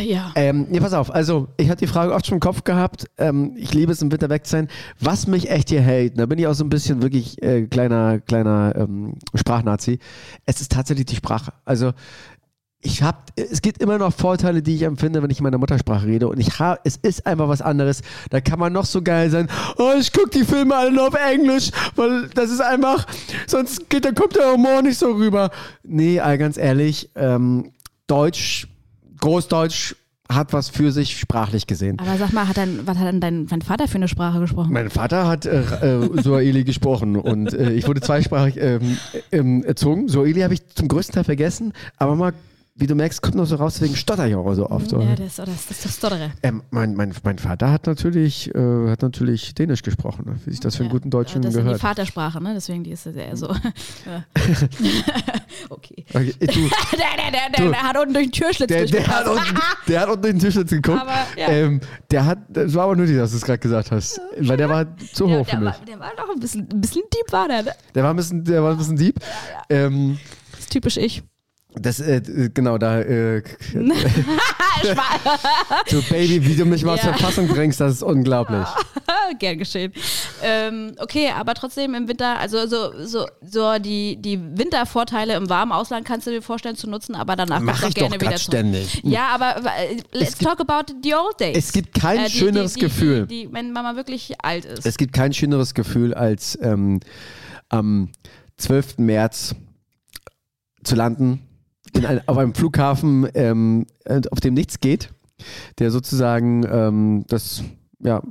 S5: ja.
S4: Ähm, ja, pass auf. Also, ich hatte die Frage oft schon im Kopf gehabt. Ähm, ich liebe es, im Winter weg zu sein. Was mich echt hier hält, da bin ich auch so ein bisschen wirklich äh, kleiner, kleiner ähm, Sprachnazi. Es ist tatsächlich die Sprache. Also, ich habe, es gibt immer noch Vorteile, die ich empfinde, wenn ich in meiner Muttersprache rede. Und ich habe, es ist einfach was anderes. Da kann man noch so geil sein. Oh, ich gucke die Filme alle nur auf Englisch, weil das ist einfach, sonst geht, dann kommt der Humor nicht so rüber. Nee, all ganz ehrlich, ähm, Deutsch, Großdeutsch hat was für sich sprachlich gesehen.
S5: Aber sag mal, hat dein, was hat denn dein, dein Vater für eine Sprache gesprochen?
S4: Mein Vater hat äh, äh, Suaheli gesprochen und äh, ich wurde zweisprachig ähm, ähm, erzogen. Suaheli habe ich zum größten Teil vergessen, aber mal, wie du merkst, kommt noch so raus, deswegen stotter ich auch so oft. So.
S5: Ja, das, das, das, das Stottern.
S4: Ähm, mein, mein, mein Vater hat natürlich, äh, hat natürlich Dänisch gesprochen, ne? wie sich das für einen guten Deutschen
S5: das ist die
S4: gehört.
S5: Vatersprache, ne? Deswegen die ist das eher so. Ja. okay.
S4: Okay,
S5: [laughs]
S4: äh, du,
S5: [laughs] Der, der, der, der, der hat unten durch den Türschlitz
S4: der, der,
S5: durchgepasst.
S4: hat unten, der hat unten den Tisch jetzt geguckt.
S5: Aber, ja.
S4: ähm, der hat, das war aber nötig, dass du es gerade gesagt hast, weil der war zu
S5: Ja,
S4: hoch für
S5: der,
S4: mich.
S5: war, der war doch ein bisschen, ein bisschen deep, war der. Ne?
S4: Der war ein bisschen, der war ein bisschen deep. Ähm,
S5: Das ist typisch ich.
S4: das, äh, genau, da
S5: [laughs]
S4: äh,
S5: Schwa-
S4: Du Baby, wie du mich mal
S5: Ja.
S4: zur Fassung bringst, das ist unglaublich.
S5: Ah, Gern geschehen. Ähm, okay, aber trotzdem im Winter, also so, so, so die, die Wintervorteile im warmen Ausland kannst du dir vorstellen zu nutzen, aber danach
S4: Mach
S5: kommst du
S4: ich
S5: gerne
S4: doch
S5: wieder
S4: grad ständig.
S5: Zurück. Ja, aber äh, let's talk about the old days.
S4: Es gibt kein schöneres
S5: Äh, die, die,
S4: Gefühl.
S5: Die, die, wenn Mama wirklich alt ist.
S4: Es gibt kein schöneres Gefühl, als ähm, am 12. März zu landen in ein, auf einem Flughafen, ähm, und auf dem nichts geht, der sozusagen ähm, das, ja,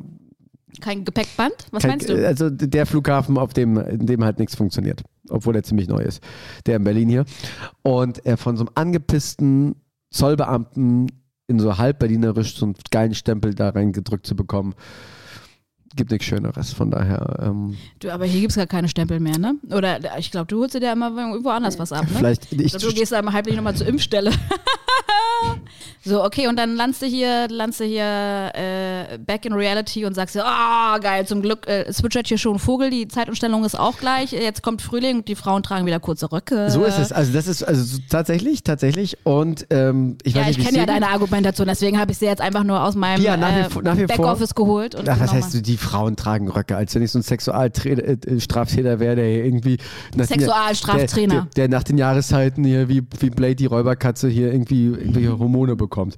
S5: Kein Gepäckband? Was
S4: kein-
S5: meinst du?
S4: also der Flughafen, auf dem, in dem halt nichts funktioniert, obwohl er ziemlich neu ist, der in Berlin hier. Und äh, von so einem angepissten Zollbeamten in so halb berlinerisch so einen geilen Stempel da reingedrückt zu bekommen, gibt nichts Schöneres. Von daher, ähm,
S5: du? Aber hier gibt es gar keine Stempel mehr, ne? Oder ich glaube, du holst dir da immer irgendwo anders was ab, ne?
S4: vielleicht, ich,
S5: Ich glaub, du gehst einmal halblich nochmal zur Impfstelle. [laughs] so, okay, und dann landest du hier, landest du hier äh, back in reality und sagst dir, ah, geil, zum Glück äh, zwitschert hier schon ein Vogel, die Zeitumstellung ist auch gleich, jetzt kommt Frühling und die Frauen tragen wieder kurze Röcke.
S4: so ist es. Also das ist also so tatsächlich, tatsächlich. Und ähm, ich weiß
S5: Ja, ich
S4: nicht, wie
S5: kenne ja
S4: sehe-
S5: deine Argumentation, deswegen habe ich sie jetzt einfach nur aus meinem
S4: Ja, nach wie
S5: äh,
S4: vor- nach wie vor-
S5: Backoffice geholt. Und
S4: Ach, was
S5: nochmal.
S4: heißt du, die Frauen tragen Röcke, als wenn ich so ein Sexualstraftäter wäre, der hier irgendwie. nach den-
S5: Sexualstraftrainer.
S4: Der, der, der nach den Jahreszeiten hier wie, wie Blade die Räuberkatze hier irgendwie irgendwelche Hormone bekommt.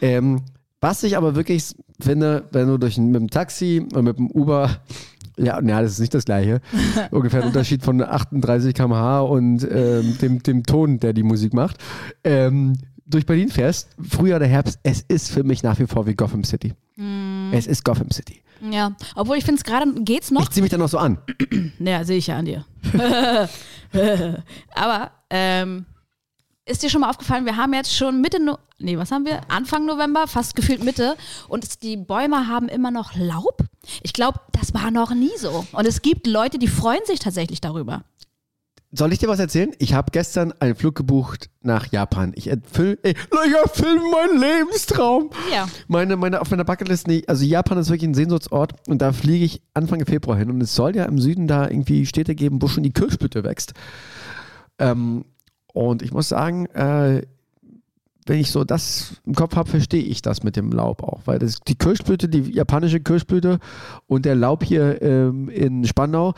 S4: Ähm, was ich aber wirklich finde, wenn du durch, ein- mit dem Taxi und mit dem Uber. Ja, na, das ist nicht das
S5: [laughs]
S4: gleiche. Ungefähr ein Unterschied von 38 km/h und ähm, dem, dem Ton, der die Musik macht. Ähm, durch Berlin fährst, Frühjahr oder Herbst, es ist für mich nach wie vor wie Gotham City. Es ist Gotham City.
S5: Ja, obwohl ich finde es gerade, geht's Hm. noch?
S4: Ich ziehe mich dann noch so an.
S5: Ja, sehe ich ja an dir. [laughs] Aber ähm, ist dir schon mal aufgefallen, wir haben jetzt schon Mitte, no nee, was haben wir? Anfang November, fast gefühlt Mitte. Und es, die Bäume haben immer noch Laub. Ich glaube, das war noch nie so. Und es gibt Leute, die freuen sich tatsächlich darüber.
S4: Soll ich dir was erzählen? Ich habe gestern einen Flug gebucht nach Japan. Ich erfülle ich erfüll meinen Lebenstraum.
S5: Ja.
S4: Meine, meine, auf meiner Bucketlist nicht. Also Japan ist wirklich ein Sehnsuchtsort und da fliege ich Anfang Februar hin. Und es soll ja im Süden da irgendwie Städte geben, wo schon die Kirschblüte wächst. Ähm, und ich muss sagen, äh, wenn ich so das im Kopf habe, verstehe ich das mit dem Laub auch. Weil das, die Kirschblüte, die japanische Kirschblüte und der Laub hier ähm, in Spandau,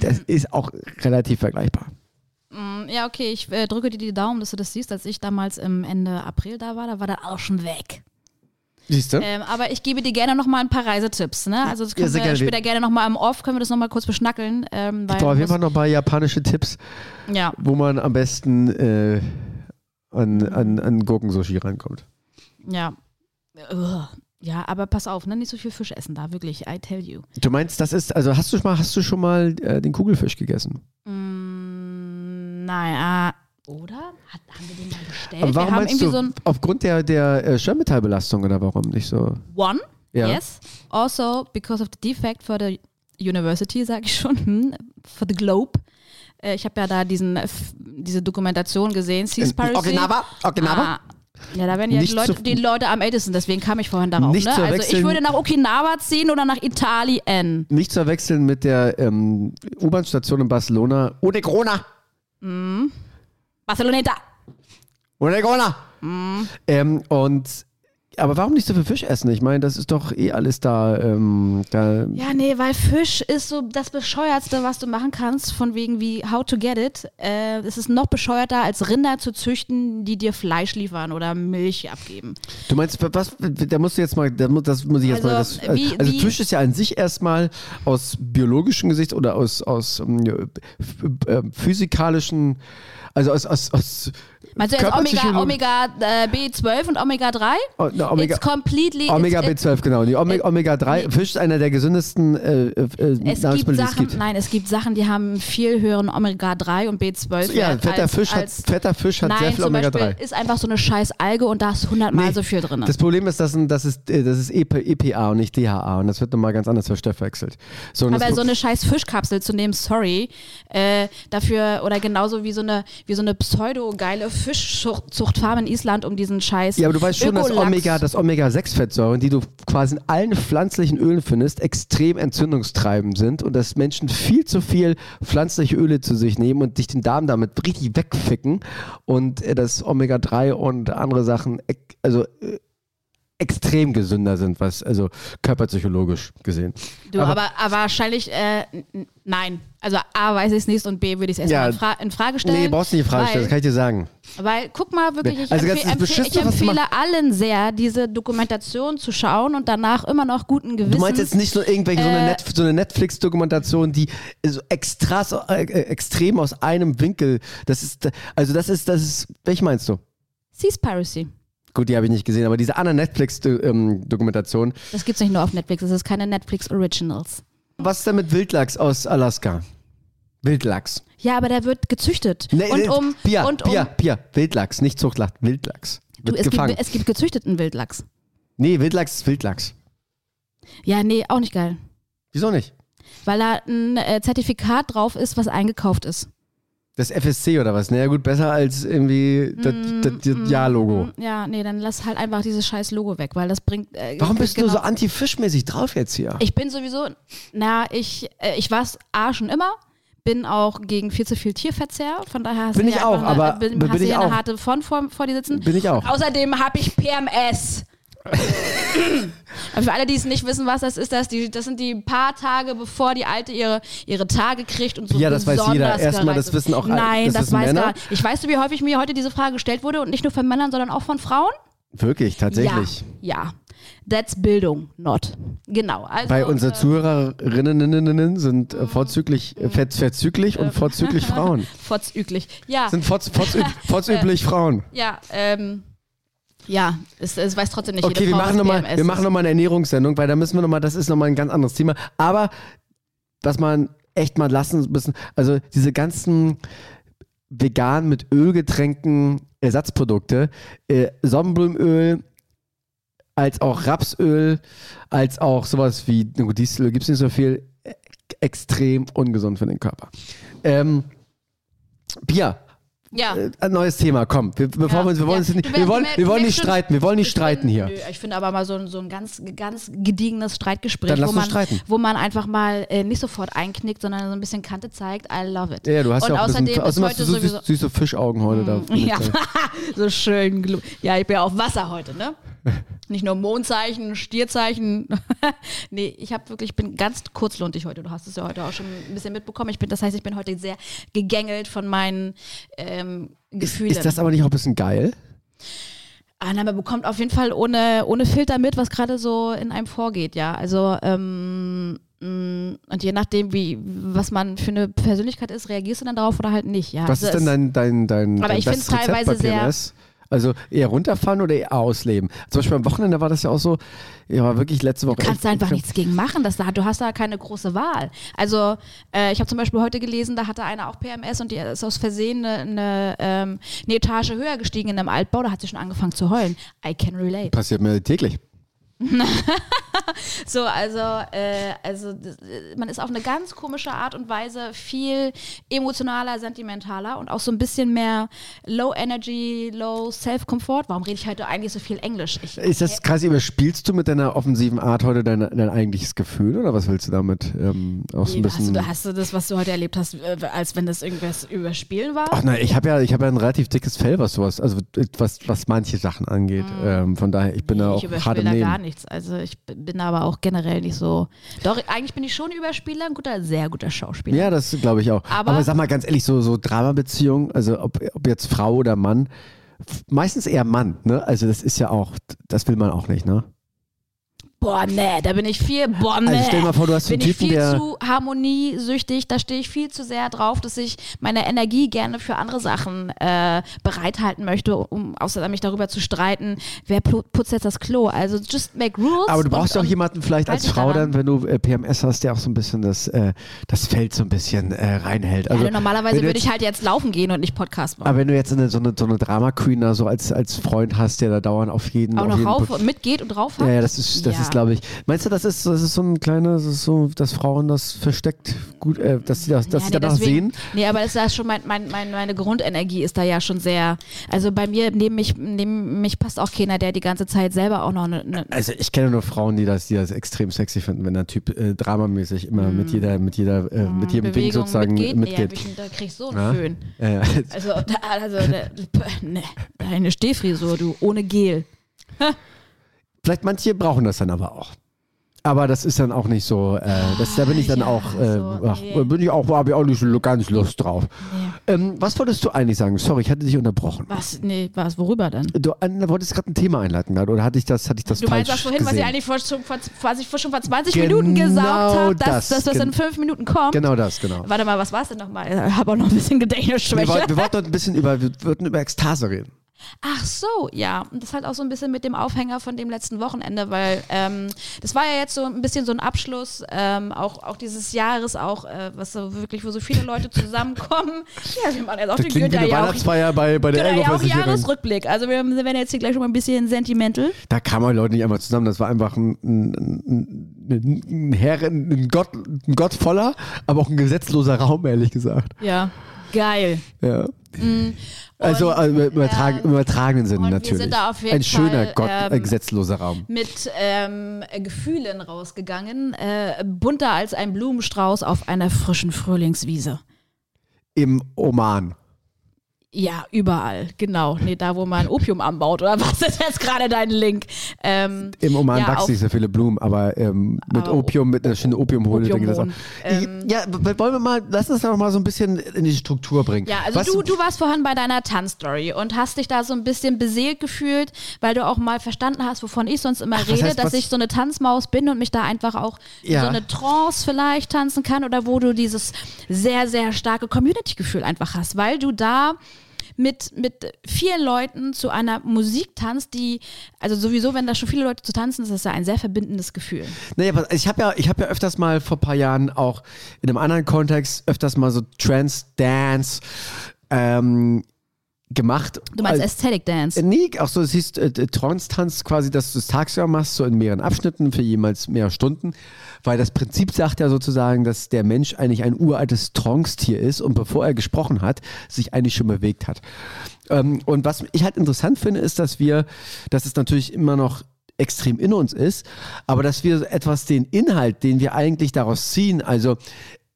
S4: das ist auch relativ vergleichbar.
S5: Mm, Ja, okay, ich äh, drücke dir die Daumen, dass du das siehst. Als ich damals im Ende April da war, da war der auch schon weg.
S4: Siehst du?
S5: Ähm, aber ich gebe dir gerne nochmal ein paar Reisetipps. Ne? Also das
S4: Ja,
S5: können
S4: sehr
S5: wir
S4: gerne.
S5: später gerne nochmal im Off, können wir das nochmal kurz beschnackeln. Ähm, weil
S4: ich brauche auf jeden
S5: muss-
S4: Fall noch ein paar japanische Tipps,
S5: ja.
S4: wo man am besten äh, an, an, an Gurkensushi rankommt.
S5: Ja. Ugh. Ja, aber pass auf, ne? nicht so viel Fisch essen da, wirklich, I tell you.
S4: Du meinst, das ist, also hast du schon mal, hast du schon mal äh, den Kugelfisch gegessen?
S5: Naja, ah, oder? Hat, haben wir den mal bestellt?
S4: Aber warum
S5: Äh, wir haben
S4: meinst
S5: irgendwie
S4: du,
S5: so ein
S4: aufgrund der, der äh, Schwermetallbelastung oder warum nicht so?
S5: One,
S4: Ja.
S5: yes. Also, because of the defect for the university, sag ich schon, hm, for the globe. Äh, Ich habe ja da diesen, äh, f- diese Dokumentation gesehen, Seas Piracy.
S4: Okinawa? Okinawa?
S5: Ah. Ja, da werden ja die
S4: Nicht
S5: Leute,
S4: zu-
S5: die Leute am ältesten, deswegen kam ich vorhin darauf.
S4: Nicht
S5: ne?
S4: zu
S5: Also ich
S4: verwechseln-
S5: würde nach Okinawa ziehen oder nach Italien.
S4: Nicht zu verwechseln mit der ähm, U-Bahn-Station in Barcelona. Odegrona!
S5: Barceloneta.
S4: Odegrona!
S5: Mhm.
S4: Ähm, und, aber warum nicht so viel Fisch essen? Ich meine, das ist doch eh alles da. Ähm, da
S5: Ja, nee, weil Fisch ist so das Bescheuertste, was du machen kannst, von wegen wie how to get it. Äh, es ist noch bescheuerter, als Rinder zu züchten, die dir Fleisch liefern oder Milch abgeben.
S4: Du meinst, wa- was, da musst du jetzt mal, da muss, das muss ich jetzt
S5: Also,
S4: mal, das, also,
S5: wie-
S4: also
S5: wie-
S4: Fisch ist ja an sich erstmal aus biologischem Gesicht oder aus, aus ähm, ja, f- äh, physikalischen, also aus, aus, aus
S5: Meinst du jetzt
S4: körperlichen-
S5: Omega, Omega äh, B12 und Omega 3?
S4: Oh, na, Omega-
S5: It's completely.
S4: Omega
S5: it's,
S4: B12, genau. Die Ome- Omega 3, Fisch ist einer der gesündesten äh, äh,
S5: äh, es
S4: Nahrungsmittel,
S5: gibt
S4: die es
S5: Sachen,
S4: gibt.
S5: nein, es gibt Sachen, die haben viel höheren Omega 3 und B12.
S4: ja,
S5: Wert
S4: fetter
S5: als,
S4: Fisch, hat,
S5: als,
S4: fetter Fisch hat
S5: nein,
S4: sehr viel
S5: zum
S4: Omega 3.
S5: Beispiel ist einfach so eine scheiß Alge und da ist hundertmal
S4: Nee,
S5: so viel drin.
S4: Das Problem ist, dass, ein- das ist, äh, das ist EP, EPA und nicht DHA und das wird nochmal ganz anders verstoffwechselt. So, und
S5: Aber
S4: das,
S5: so eine scheiß Fischkapsel zu nehmen, sorry, äh, dafür oder genauso wie so eine wie so eine pseudo geile Fischzuchtfarm in Island um diesen scheiß
S4: Ja, aber du weißt schon, dass
S5: Ökolachs-
S4: Omega, dass Omega-6-Fettsäuren, die du quasi in allen pflanzlichen Ölen findest, extrem entzündungstreibend sind und dass Menschen viel zu viel pflanzliche Öle zu sich nehmen und sich den Darm damit richtig wegficken und äh, dass Omega-3 und andere Sachen ex- also äh, extrem gesünder sind, was also körperpsychologisch gesehen.
S5: Du, aber, aber wahrscheinlich äh, n- n- nein. Also A weiß ich es nicht und B würde ich es
S4: Ja.
S5: erstmal in, Fra in Frage stellen.
S4: Nee, brauchst du nicht die Frage stellen, das kann
S5: weil,
S4: ich dir sagen.
S5: weil guck mal wirklich, ich
S4: Also ganz
S5: empfehle,
S4: das
S5: empfehle, ich
S4: Beschissene, was du
S5: empfehle allen sehr, diese Dokumentation zu schauen und danach immer noch guten Gewissens.
S4: Du meinst jetzt nicht so irgendwelche, so eine,
S5: Äh,
S4: Net- so eine Netflix-Dokumentation, die so extras, äh, äh, extrem aus einem Winkel, das ist, also das ist, das ist, welche meinst du?
S5: Seas Piracy.
S4: Gut, die habe ich nicht gesehen, aber diese andere Netflix-Dokumentation.
S5: Das gibt's nicht nur auf Netflix, das ist keine Netflix Originals.
S4: Was ist denn mit Wildlachs aus Alaska? Wildlachs. Ne, äh,
S5: Ja, aber der wird gezüchtet. und um
S4: Pia,
S5: und um
S4: Pia, Pia, Wildlachs, nicht Zuchtlachs, Wildlachs.
S5: Du,
S4: Wird
S5: es,
S4: gefangen.
S5: gibt, es gibt gezüchteten Wildlachs.
S4: nee, Wildlachs ist Wildlachs.
S5: Ja, nee, auch nicht geil.
S4: Wieso nicht?
S5: Weil da ein äh, Zertifikat drauf ist, was eingekauft ist.
S4: Das FSC oder was? Naja gut, besser als irgendwie das, das,
S5: Mm,
S4: das Ja-Logo.
S5: Ja, nee, dann lass halt einfach dieses scheiß Logo weg, weil das bringt. Äh,
S4: Warum bist
S5: genau-
S4: du so anti-fischmäßig drauf jetzt hier?
S5: Ich bin sowieso, na, ich, äh, ich war es A schon immer, bin auch gegen viel zu viel Tierverzehr, von daher hast
S4: Bin
S5: du
S4: ich
S5: ja
S4: auch,
S5: einfach eine,
S4: aber
S5: bin,
S4: bin
S5: hast du
S4: ich
S5: ja eine
S4: auch.
S5: harte Front vor, vor dir sitzen.
S4: Bin ich auch.
S5: Außerdem habe ich
S4: [laughs]
S5: PMS. Für alle, die es nicht wissen, was das ist, das, die, das sind die paar Tage, bevor die Alte ihre, ihre Tage kriegt und so
S4: Ja, das weiß
S5: besonders
S4: jeder. Erstmal,
S5: gereizt
S4: das wissen auch alle.
S5: Nein,
S4: Das
S5: das,
S4: wissen
S5: weiß
S4: Männer.
S5: gar Ich weißt du, wie häufig mir heute diese Frage gestellt wurde und nicht nur von Männern, sondern auch von Frauen?
S4: Wirklich,
S5: Also,
S4: tatsächlich.
S5: Ja, ja. That's Bildung, not. Genau. Also,
S4: Weil unsere Zuhörerinnen sind äh, vorzüglich, äh, ver- verzüglich und vorzüglich Frauen.
S5: Vorzüglich. Ja,
S4: Sind vorz, vorzü, vorzüglich Frauen.
S5: ja, ähm, ja, es, es weiß trotzdem nicht
S4: Okay,
S5: jede
S4: wir
S5: Frau,
S4: machen,
S5: was
S4: nochmal,
S5: PMS
S4: wir machen
S5: ist.
S4: nochmal eine Ernährungssendung, weil da müssen wir nochmal, das ist nochmal ein ganz anderes Thema. Aber, was man echt mal lassen müssen, also diese ganzen vegan mit Öl getränkten Ersatzprodukte, äh, Sonnenblumenöl, als auch Rapsöl, als auch sowas wie, na gut, Dieselöl gibt es nicht so viel, äh, extrem ungesund für den Körper. Ähm, Pia,
S5: Ja.
S4: äh, ein neues Thema, komm. Wir, bevor
S5: Ja.
S4: wir, uns- wir wollen, uns
S5: Ja.
S4: nicht,
S5: Du
S4: wir
S5: merkst-
S4: wollen,
S5: du
S4: wir wollen
S5: merkst
S4: nicht
S5: schon,
S4: streiten, wir wollen nicht
S5: ich
S4: streiten
S5: bin,
S4: hier.
S5: Nö, ich finde aber mal so, ein- so ein ganz, ganz gediegenes Streitgespräch,
S4: Dann lass
S5: wo,
S4: uns
S5: man,
S4: streiten.
S5: wo man einfach mal äh, nicht sofort einknickt, sondern so ein bisschen Kante zeigt. I love it.
S4: Ja, ja, du hast
S5: Und
S4: ja auch ein
S5: außerdem
S4: bisschen,
S5: ist
S4: außerdem hast
S5: heute
S4: du so
S5: sowieso. Mm,
S4: süß- süße Fischaugen heute da.
S5: Ja, [laughs] so schön. glu- Ja, ich bin ja auf Wasser heute,
S4: [laughs]
S5: ne? Nicht nur Mondzeichen, Stierzeichen. [laughs] nee, ich habe wirklich, ich bin ganz kurzluntig heute. Du hast es ja heute auch schon ein bisschen mitbekommen. Ich bin, das heißt, ich bin heute sehr gegängelt von meinen ähm, Gefühlen.
S4: Ist das aber nicht auch ein bisschen geil?
S5: Ah, na, man bekommt auf jeden Fall ohne, ohne Filter mit, was gerade so in einem vorgeht, ja. Also, ähm, mh, und je nachdem, wie, was man für eine Persönlichkeit ist, reagierst du dann darauf oder halt nicht, ja.
S4: Was
S5: also
S4: ist denn
S5: es-
S4: dein, dein, dein,
S5: Aber
S4: dein
S5: ich find's
S4: bestes Rezept
S5: teilweise
S4: bei
S5: sehr-
S4: PMS? Also eher runterfahren oder eher ausleben. Zum Beispiel am Wochenende war das ja auch so, ja, war wirklich letzte Woche.
S5: Du kannst da
S4: echt-
S5: einfach nichts gegen machen. Das, da- du hast da keine große Wahl. Also, äh, ich habe zum Beispiel heute gelesen, da hatte einer auch PMS und die ist aus Versehen eine, eine, ähm, eine Etage höher gestiegen in einem Altbau. Da hat sie schon angefangen zu heulen. I can relate.
S4: Passiert mir täglich.
S5: So, also, äh, also das, äh, man ist auf eine ganz komische Art und Weise viel emotionaler, sentimentaler und auch so ein bisschen mehr low energy, low self-comfort. Warum rede ich heute eigentlich so viel Englisch? Ich,
S4: Ist das krass, überspielst du mit deiner offensiven Art heute dein, dein eigentliches Gefühl oder was willst du damit ähm, auch so ein
S5: hast,
S4: bisschen?
S5: also du, hast du das, was du heute erlebt hast, äh, als wenn das irgendwas überspielen war?
S4: Ach nein, ich habe ja, ich habe ja ein relativ dickes Fell, was sowas, also was, was manche Sachen angeht. Ähm, von daher, ich bin da auch
S5: Mm. ich
S4: hart
S5: überspiele
S4: im
S5: da
S4: Nehmen.
S5: gar nichts. Also ich b- bin aber auch generell nicht so. Doch, eigentlich bin ich schon Überspieler, ein guter, sehr guter Schauspieler.
S4: Ja, das glaube ich auch.
S5: Aber-
S4: Aber, sag mal ganz ehrlich, so, so Drama-Beziehungen, also ob, ob jetzt Frau oder Mann, f- meistens eher Mann, ne? Also das ist ja auch, das will man auch nicht, ne?
S5: Boah, nee, da bin ich viel. Boah, nee.
S4: Also stell dir mal vor, du hast so
S5: bin
S4: einen
S5: ich
S4: Typen,
S5: viel
S4: der-
S5: zu harmoniesüchtig, da stehe ich viel zu sehr drauf, dass ich meine Energie gerne für andere Sachen äh, bereithalten möchte, um außer mich darüber zu streiten, wer plu- putzt jetzt das Klo. Also just make rules.
S4: Aber du brauchst ja
S5: und,
S4: auch
S5: und-
S4: jemanden vielleicht
S5: halt
S4: als
S5: dich
S4: Frau
S5: daran.
S4: dann, wenn du äh, PMS hast, der auch so ein bisschen das, äh, das Feld so ein bisschen äh, reinhält. Also,
S5: Also, normalerweise
S4: wenn du
S5: würde
S4: jetzt-
S5: ich halt jetzt laufen gehen und nicht Podcast machen.
S4: Aber wenn du jetzt eine, so eine, so eine Drama-Queen da so als, als Freund hast, der da dauernd auf jeden
S5: Auch
S4: auf
S5: noch
S4: jeden
S5: rauf
S4: Puff-
S5: und mitgeht und drauf hat.
S4: Ja, ja, das ist, das
S5: Ja.
S4: ist, glaube ich. Meinst du, das ist, das ist so ein kleines, das ist so, dass Frauen das versteckt gut, äh, dass sie das, dass sie
S5: nee,
S4: danach
S5: deswegen-
S4: sehen?
S5: Nee, aber das ist ja schon mein, mein, mein, meine Grundenergie ist da ja schon sehr. Also bei mir, neben mich, neben mich passt auch keiner, der die ganze Zeit selber auch noch eine. Ne,
S4: Also ich kenne nur Frauen, die das, die das extrem sexy finden, wenn der Typ äh, dramamäßig immer mit jeder, mit jeder, äh, mit jedem Ding
S5: Mhm. Bewegung
S4: sozusagen
S5: mitgeht.
S4: mitgeht.
S5: Nee, hab ich, da krieg ich so einen
S4: Ja?
S5: Föhn.
S4: Ja, [laughs] ja.
S5: Also, da, also da, ne, deine Stehfrisur, du, ohne Gel.
S4: Vielleicht manche brauchen das dann aber auch. Aber das ist dann auch nicht so, äh, das, da bin ich dann
S5: Ah, Ja,
S4: auch, äh,
S5: so,
S4: ach,
S5: nee.
S4: bin ich auch, habe ich auch nicht so ganz Lust drauf. Ähm, was wolltest du eigentlich sagen? Sorry, ich hatte dich unterbrochen.
S5: Was? Nee, was? Worüber dann?
S4: Du an, wolltest gerade ein Thema einleiten, gerade, oder hatte ich das, hatte ich das
S5: Du
S4: falsch
S5: meinst das vorhin, was
S4: gesehen?
S5: ich eigentlich vor, schon vor, was ich vor, schon vor 20
S4: Genau
S5: Minuten gesagt habe, dass,
S4: das.
S5: dass das in
S4: Gen-
S5: 5 Minuten kommt?
S4: Genau das, genau.
S5: Warte mal, was war es denn nochmal? Ich habe auch noch ein bisschen Gedächtnisschwäche.
S4: Wir, wollten- wir wollten heute ein bisschen über, wir wollten über Ekstase reden.
S5: Ach so, ja. Und das hat auch so ein bisschen mit dem Aufhänger von dem letzten Wochenende, weil ähm, das war ja jetzt so ein bisschen so ein Abschluss ähm, auch, auch dieses Jahres, auch äh, was so wirklich, wo so viele Leute zusammenkommen. [laughs] ja, wir machen jetzt auch
S4: Das
S5: den
S4: klingt wie
S5: Günther
S4: eine
S5: ja auch,
S4: Weihnachtsfeier bei, bei der
S5: Günther ja auch
S4: Ergo-Versicherung.
S5: Jahresrückblick. Also wir werden jetzt hier gleich schon mal ein bisschen sentimental.
S4: Da kamen halt Leute nicht einmal zusammen. Das war einfach ein, ein, ein, ein, Herr, ein, Gott, ein gottvoller, aber auch ein gesetzloser Raum, ehrlich gesagt.
S5: Ja. Geil.
S4: Ja. also also im, übertragen, im übertragenen Sinne
S5: Mm. und wir
S4: natürlich.
S5: sind da auf jeden
S4: ein schöner,
S5: Fall,
S4: Gott,
S5: ähm,
S4: ein gesetzloser Raum.
S5: Mit ähm, Gefühlen rausgegangen, äh, bunter als ein Blumenstrauß auf einer frischen Frühlingswiese.
S4: Im Oman.
S5: Ja, überall, genau. Nee, da, wo man Opium anbaut, oder was ist jetzt gerade dein Link? Ähm,
S4: Im Oman
S5: ja, auf-
S4: wachsen nicht so viele Blumen, aber ähm, mit
S5: Aber
S4: Opium, mit einer schönen Opiumhohle, denke ich das auch.
S5: Opiumbohnen, Ähm.
S4: Ich- ja, w- wollen wir mal, lass uns doch mal so ein bisschen in die Struktur bringen.
S5: Ja, also
S4: Was-
S5: du, du warst vorhin bei deiner Tanzstory und hast dich da so ein bisschen beseelt gefühlt, weil du auch mal verstanden hast, wovon ich sonst immer
S4: Ach, was
S5: rede,
S4: heißt,
S5: dass
S4: was-
S5: ich so eine Tanzmaus bin und mich da einfach auch in
S4: Ja.
S5: so eine Trance vielleicht tanzen kann oder wo du dieses sehr, sehr starke Community-Gefühl einfach hast, weil du da mit, mit vielen Leuten zu einer Musik tanzt, die, also sowieso, wenn da schon viele Leute zu tanzen, ist das ja ein sehr verbindendes Gefühl.
S4: Naja, pass- ich habe ja, ich hab ja öfters mal vor ein paar Jahren auch in einem anderen Kontext öfters mal so Trance-Dance ähm, gemacht.
S5: Du meinst
S4: Also-
S5: Aesthetic Dance.
S4: Äh, Nee, auch so, es hieß äh, äh, Trance-Tanz quasi, dass du es tagsüber machst, so in mehreren Abschnitten für jeweils mehrere Stunden, weil das Prinzip sagt ja sozusagen, dass der Mensch eigentlich ein uraltes Trance-Tier ist und bevor er gesprochen hat, sich eigentlich schon bewegt hat. Ähm, und was ich halt interessant finde, ist, dass wir, dass es natürlich immer noch extrem in uns ist, aber dass wir etwas den Inhalt, den wir eigentlich daraus ziehen, also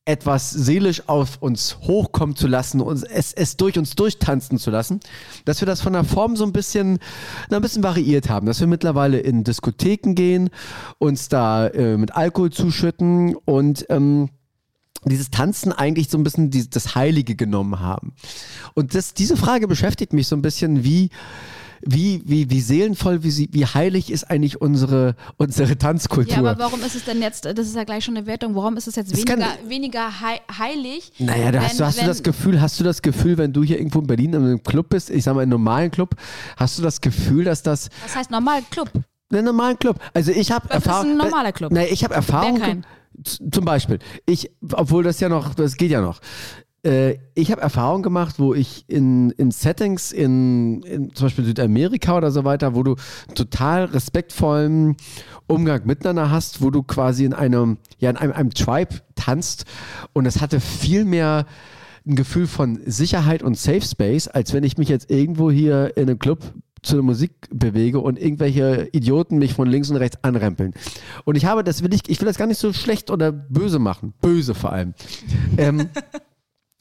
S4: etwas seelisch auf uns hochkommen zu lassen, uns, es, es durch uns durchtanzen zu lassen, dass wir das von der Form so ein bisschen, na, ein bisschen variiert haben, dass wir mittlerweile in Diskotheken gehen, uns da äh, mit Alkohol zuschütten und ähm, dieses Tanzen eigentlich so ein bisschen die, das Heilige genommen haben. Und das, diese Frage beschäftigt mich so ein bisschen, wie wie, wie, wie seelenvoll, wie, sie, wie heilig ist eigentlich unsere, unsere Tanzkultur.
S5: Ja, aber warum ist es denn jetzt, das ist ja gleich schon eine Wertung, warum ist es jetzt
S4: Es kann-
S5: weniger, weniger hei heilig?
S4: Naja, da hast, du,
S5: wenn-
S4: hast du
S5: wenn-
S4: das Gefühl, hast du das Gefühl, wenn du hier irgendwo in Berlin in einem Club bist, ich sag mal in einem normalen Club, hast du das Gefühl, dass das
S5: Das heißt normal Club.
S4: in einem normalen Club, also ich habe
S5: Was ist
S4: Erfahrung.
S5: ein normaler Club?
S4: Naja, ich habe Erfahrung.
S5: Wer kein?
S4: Z- Zum Beispiel, ich, obwohl das ja noch, das geht ja noch. Äh, Ich habe Erfahrung gemacht, wo ich in, in Settings in, in zum Beispiel Südamerika oder so weiter, wo du total respektvollen Umgang miteinander hast, wo du quasi in einem, ja, in einem, einem Tribe tanzt und es hatte viel mehr ein Gefühl von Sicherheit und Safe Space, als wenn ich mich jetzt irgendwo hier in einem Club zu der Musik bewege und irgendwelche Idioten mich von links und rechts anrempeln. Und ich habe, das will ich, ich will das gar nicht so schlecht oder böse machen. Böse vor allem. ähm,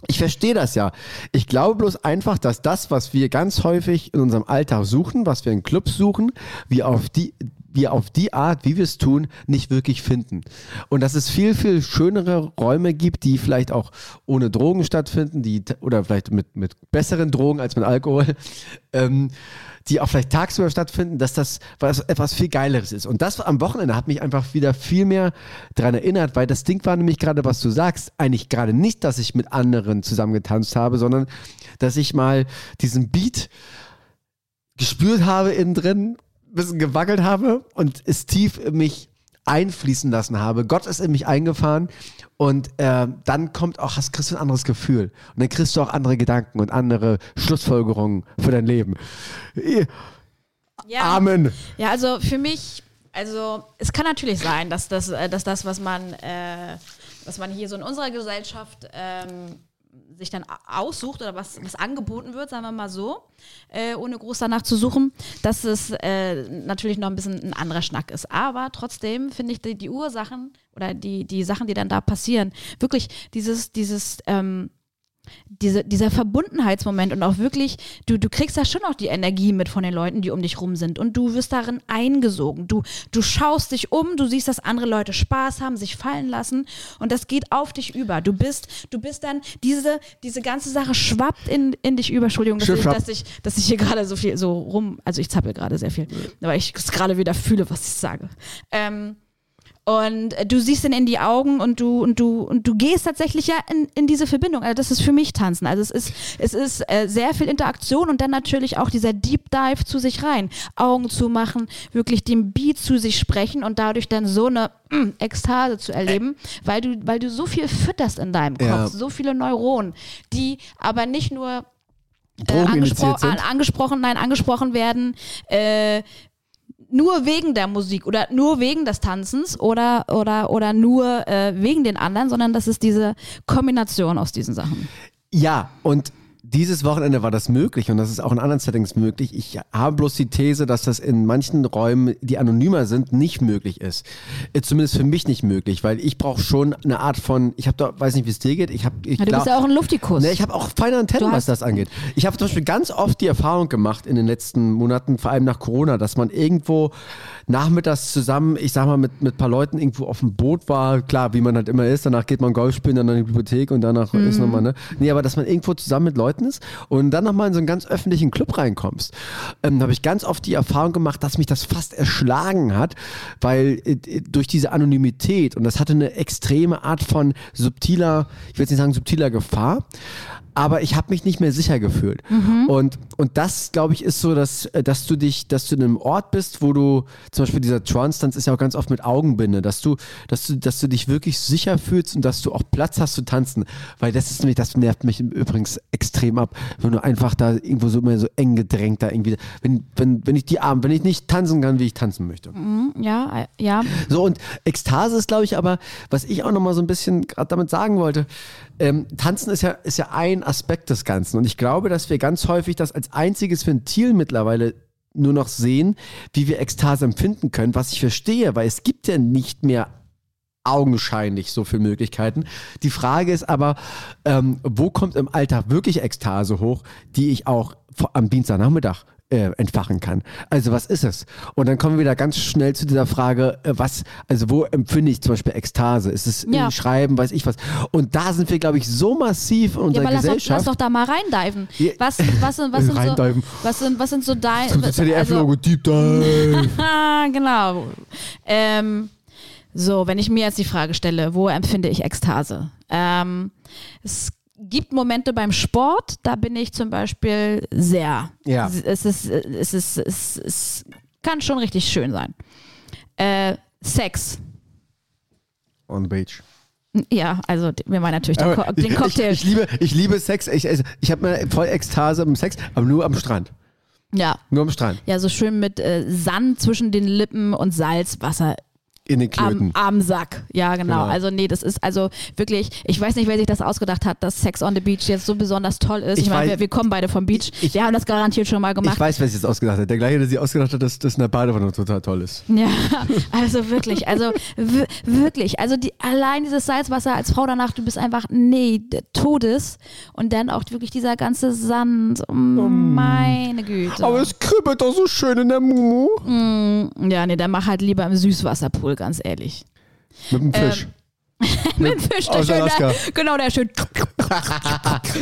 S4: ich verstehe das ja. Ich glaube bloß einfach, dass das, was wir ganz häufig in unserem Alltag suchen, was wir in Clubs suchen, wir auf die wir auf die Art, wie wir es tun, nicht wirklich finden. Und dass es viel, viel schönere Räume gibt, die vielleicht auch ohne Drogen stattfinden, die t- oder vielleicht mit, mit besseren Drogen als mit Alkohol, ähm, die auch vielleicht tagsüber stattfinden, dass das was, etwas viel Geileres ist. Und das am Wochenende hat mich einfach wieder viel mehr daran erinnert, weil das Ding war nämlich gerade, was du sagst, eigentlich gerade nicht, dass ich mit anderen zusammen getanzt habe, sondern dass ich mal diesen Beat gespürt habe innen drin, ein bisschen gewackelt habe und es tief in mich einfließen lassen habe. Gott ist in mich eingefahren und äh, dann kommt auch, hast kriegst du ein anderes Gefühl und dann kriegst du auch andere Gedanken und andere Schlussfolgerungen für dein Leben. Eh,
S5: Ja.
S4: Amen.
S5: Ja, also für mich, also es kann natürlich sein, dass das, äh, dass das was man, äh, was man hier so in unserer Gesellschaft ähm, sich dann a- aussucht oder was, was angeboten wird, sagen wir mal so, äh, ohne groß danach zu suchen, dass es äh, natürlich noch ein bisschen ein anderer Schnack ist. Aber trotzdem finde ich die, die Ursachen oder die, die Sachen, die dann da passieren, wirklich dieses, dieses ähm, diese, dieser Verbundenheitsmoment und auch wirklich, du, du kriegst da schon auch die Energie mit von den Leuten, die um dich rum sind und du wirst darin eingesogen. Du, du schaust dich um, du siehst, dass andere Leute Spaß haben, sich fallen lassen und das geht auf dich über. Du bist, du bist dann, diese, diese ganze Sache schwappt in, in dich über. Entschuldigung, dass
S4: Schön
S5: ich,
S4: schwapp.
S5: dass, ich, dass ich hier gerade so viel so rum, also ich zappel gerade sehr viel, aber ich es gerade wieder fühle, was ich sage. Ähm, und äh, du siehst ihn in die Augen und du und du und du gehst tatsächlich ja in, in diese Verbindung. Also das ist für mich Tanzen. Also es ist es ist äh, sehr viel Interaktion und dann natürlich auch dieser Deep Dive zu sich rein, Augen zu machen, wirklich den Beat zu sich sprechen und dadurch dann so eine mm, Ekstase zu erleben, weil du weil du so viel fütterst in deinem Kopf,
S4: Ja.
S5: so viele Neuronen, die aber nicht nur äh,
S4: Drogen
S5: angespro
S4: initiiert
S5: an,
S4: sind.
S5: angesprochen, nein, angesprochen werden, äh, nur wegen der Musik oder nur wegen des Tanzens oder, oder, oder nur äh, wegen den anderen, sondern das ist diese Kombination aus diesen Sachen.
S4: Ja, und dieses Wochenende war das möglich und das ist auch in anderen Settings möglich. Ich habe bloß die These, dass das in manchen Räumen, die anonymer sind, nicht möglich ist. Äh, Zumindest für mich nicht möglich, weil ich brauche schon eine Art von, ich habe da, weiß nicht, wie es dir geht, ich habe, ich
S5: Ja, du bist
S4: glaub-
S5: ja auch ein Luftikus.
S4: Ne, ich habe auch feine Antennen,
S5: Du
S4: was
S5: hast-
S4: das angeht. Ich habe zum Beispiel ganz oft die Erfahrung gemacht in den letzten Monaten, vor allem nach Corona, dass man irgendwo nachmittags zusammen, ich sag mal, mit mit paar Leuten irgendwo auf dem Boot war. Klar, wie man halt immer ist. Danach geht man Golf spielen, dann in die Bibliothek und danach ist nochmal, ne? Nee, aber dass man irgendwo zusammen mit Leuten ist und dann nochmal in so einen ganz öffentlichen Club reinkommst. Ähm, habe ich ganz oft die Erfahrung gemacht, dass mich das fast erschlagen hat, weil äh, äh, durch diese Anonymität und das hatte eine extreme Art von subtiler, ich will jetzt nicht sagen subtiler Gefahr, aber ich habe mich nicht mehr sicher gefühlt. Und, und das, glaube ich, ist so, dass, äh, dass du dich, dass du in einem Ort bist, wo du, zum Beispiel dieser Trance-Tanz ist ja auch ganz oft mit Augenbinde, dass du, dass du, dass du dich wirklich sicher fühlst und dass du auch Platz hast zu tanzen. Weil das ist nämlich, das nervt mich übrigens extrem ab, wenn du einfach da irgendwo so immer so eng gedrängt da irgendwie, wenn, wenn, wenn ich die Arme, wenn ich nicht tanzen kann, wie ich tanzen möchte.
S5: ja, äh, ja.
S4: So, und Ekstase ist, glaube ich, aber, was ich auch nochmal so ein bisschen gerade damit sagen wollte, ähm, Tanzen ist ja, ist ja ein Aspekt des Ganzen. Und ich glaube, dass wir ganz häufig das als einziges Ventil mittlerweile nur noch sehen, wie wir Ekstase empfinden können, was ich verstehe, weil es gibt ja nicht mehr augenscheinlich so viele Möglichkeiten. Die Frage ist aber, ähm, wo kommt im Alltag wirklich Ekstase hoch, die ich auch vor- am Dienstagnachmittag äh, entfachen kann. Also was ist es? Und dann kommen wir da ganz schnell zu dieser Frage, äh, was, also wo empfinde ich zum Beispiel Ekstase? Ist es
S5: Ja.
S4: im Schreiben, weiß ich was? Und da sind wir, glaube ich, so massiv in
S5: Ja,
S4: unserer
S5: aber lass doch, lass
S4: Gesellschaft.
S5: doch da mal reindiven.
S4: Ja.
S5: Was, was, sind- was, sind, so,
S4: Reindiven.
S5: was, sind, was sind so dein. also, was-
S4: ZDF-Logo, Deep Dive.
S5: [laughs] Ah, genau. Ähm, so, wenn ich mir jetzt die Frage stelle, wo empfinde ich Ekstase? Ähm, es gibt Momente beim Sport, da bin ich zum Beispiel sehr.
S4: Ja.
S5: Es ist, es ist, es ist, kann schon richtig schön sein. Äh, Sex.
S4: On the beach.
S5: Ja, also d- mir war natürlich den,
S4: Aber
S5: Co den Cocktail.
S4: Ich, ich, liebe, ich liebe Sex. Ich, ich, ich habe mir voll Ekstase im Sex, aber nur am Strand.
S5: ja.
S4: Nur am Strand.
S5: ja, so schön mit äh, Sand zwischen den Lippen und Salzwasser
S4: In den Klöten.
S5: am, am Sack. Ja, genau.
S4: Genau.
S5: Also nee, das ist also wirklich, ich weiß nicht, wer sich das ausgedacht hat, dass Sex on the Beach jetzt so besonders toll ist. Ich,
S4: Ich
S5: meine,
S4: weiß-
S5: wir, wir kommen beide vom Beach.
S4: Ich-
S5: wir haben das garantiert schon mal gemacht.
S4: Ich weiß, wer sich das ausgedacht hat. Der gleiche, der sich ausgedacht hat, dass das eine Badewanne total toll ist.
S5: Ja, [laughs] also wirklich, also w- wirklich, also die, allein dieses Salzwasser als Frau danach, du bist einfach, nee, d- Todes und dann auch wirklich dieser ganze Sand, oh,
S4: Mm.
S5: meine Güte.
S4: kribbelt doch so schön in der Mumu.
S5: ja, nee, dann mach halt lieber im Süßwasserpool, ganz ehrlich.
S4: Mit dem Fisch.
S5: [laughs] Mit dem Fisch, der
S4: Aus
S5: schön,
S4: Alaska.
S5: der, genau, der schön,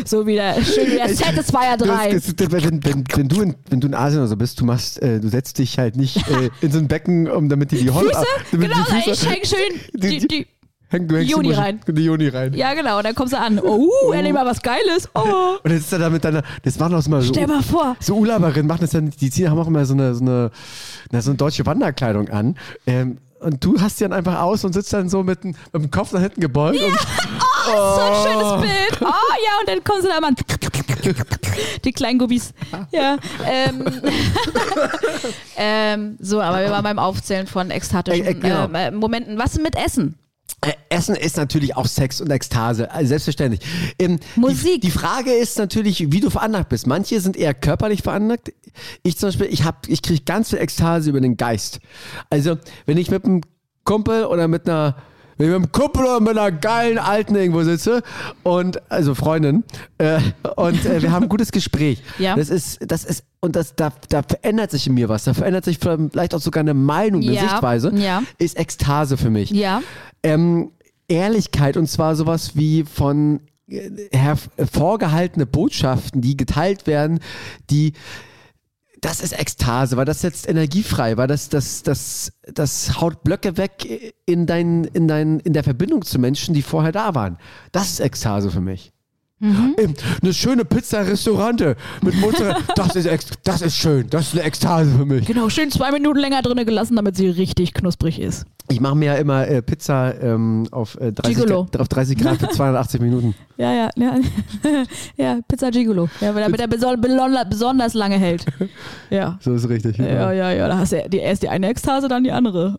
S5: so wie der, schön
S4: [laughs]
S5: wie der Satisfier 3.
S4: Das, das, das, wenn, wenn, wenn, du in, wenn du in Asien oder so bist, du machst, äh, du setzt dich halt nicht
S5: [laughs]
S4: äh, in so ein Becken, um, damit die die Holle
S5: Füße?
S4: damit
S5: Genau,
S4: die
S5: ich
S4: Füße,
S5: häng schön die,
S4: Die-
S5: die,
S4: [laughs] häng, du hängst
S5: Juni
S4: immer schon-
S5: rein.
S4: Die Juni rein.
S5: Ja, genau, und dann kommst du an. Oh, uh, endlich mal was Geiles. Oh.
S4: Und dann sitzt er da mit deiner, das machen auch immer so,
S5: Stell mal vor.
S4: so Urlauberinnen, machen das dann, die ziehen, haben auch immer so eine, so eine, na, so eine deutsche Wanderkleidung an. Ähm, und du hast die dann einfach aus und sitzt dann so mit, dem- mit dem Kopf nach hinten gebeugt um und
S5: Oh, so ein schönes Bild. Oh ja, und dann kommen sie da mal. Die kleinen Gubis.
S4: Ah.
S5: Ja. Ähm, [laughs] ähm, so, aber wir waren beim Aufzählen von ekstatischen
S4: Äh, äh, genau.
S5: ähm, äh, Momenten. Was mit Essen?
S4: Äh, Essen ist natürlich auch Sex und Ekstase, also selbstverständlich. Ähm,
S5: Musik.
S4: Die, die Frage ist natürlich, wie du veranlagt bist. Manche sind eher körperlich veranlagt. Ich zum Beispiel, ich, hab- ich kriege ganz viel Ekstase über den Geist. Also, wenn ich mit einem Kumpel oder mit einer wenn ich mit einem Kumpel oder mit einer geilen Alten irgendwo sitze und also Freundin äh, und äh, wir haben ein gutes Gespräch.
S5: [laughs] Ja.
S4: Das ist, das ist, und das, da, da verändert sich in mir was. Da verändert sich vielleicht auch sogar eine Meinung, eine
S5: Ja,
S4: Sichtweise.
S5: ja.
S4: Ist Ekstase für mich.
S5: Ja.
S4: Ähm, Ehrlichkeit und zwar sowas wie von äh, herv- vorgehaltene Botschaften, die geteilt werden, die das ist Ekstase, weil das setzt Energie frei, weil das, das, das, das haut Blöcke weg in, dein, in, dein, in der Verbindung zu Menschen, die vorher da waren. Das ist Ekstase für mich. Ähm, Eine schöne Pizza-Restaurante mit Mozzarella, das ist, Ex- das ist schön, das ist eine Ekstase für mich.
S5: Genau, schön zwei Minuten länger drinnen gelassen, damit sie richtig knusprig ist.
S4: Ich mache mir ja immer äh, Pizza ähm, auf, äh, 30
S5: Gigolo.
S4: Grad, auf 30 Grad für 280 Minuten.
S5: Ja, ja, ja. [laughs] ja, Pizza Gigolo. Ja, damit er beson beson- besonders lange hält. Ja.
S4: So ist richtig.
S5: Ja,
S4: Ja.
S5: ja, ja. Da hast du die, erst die eine Ekstase, dann die andere.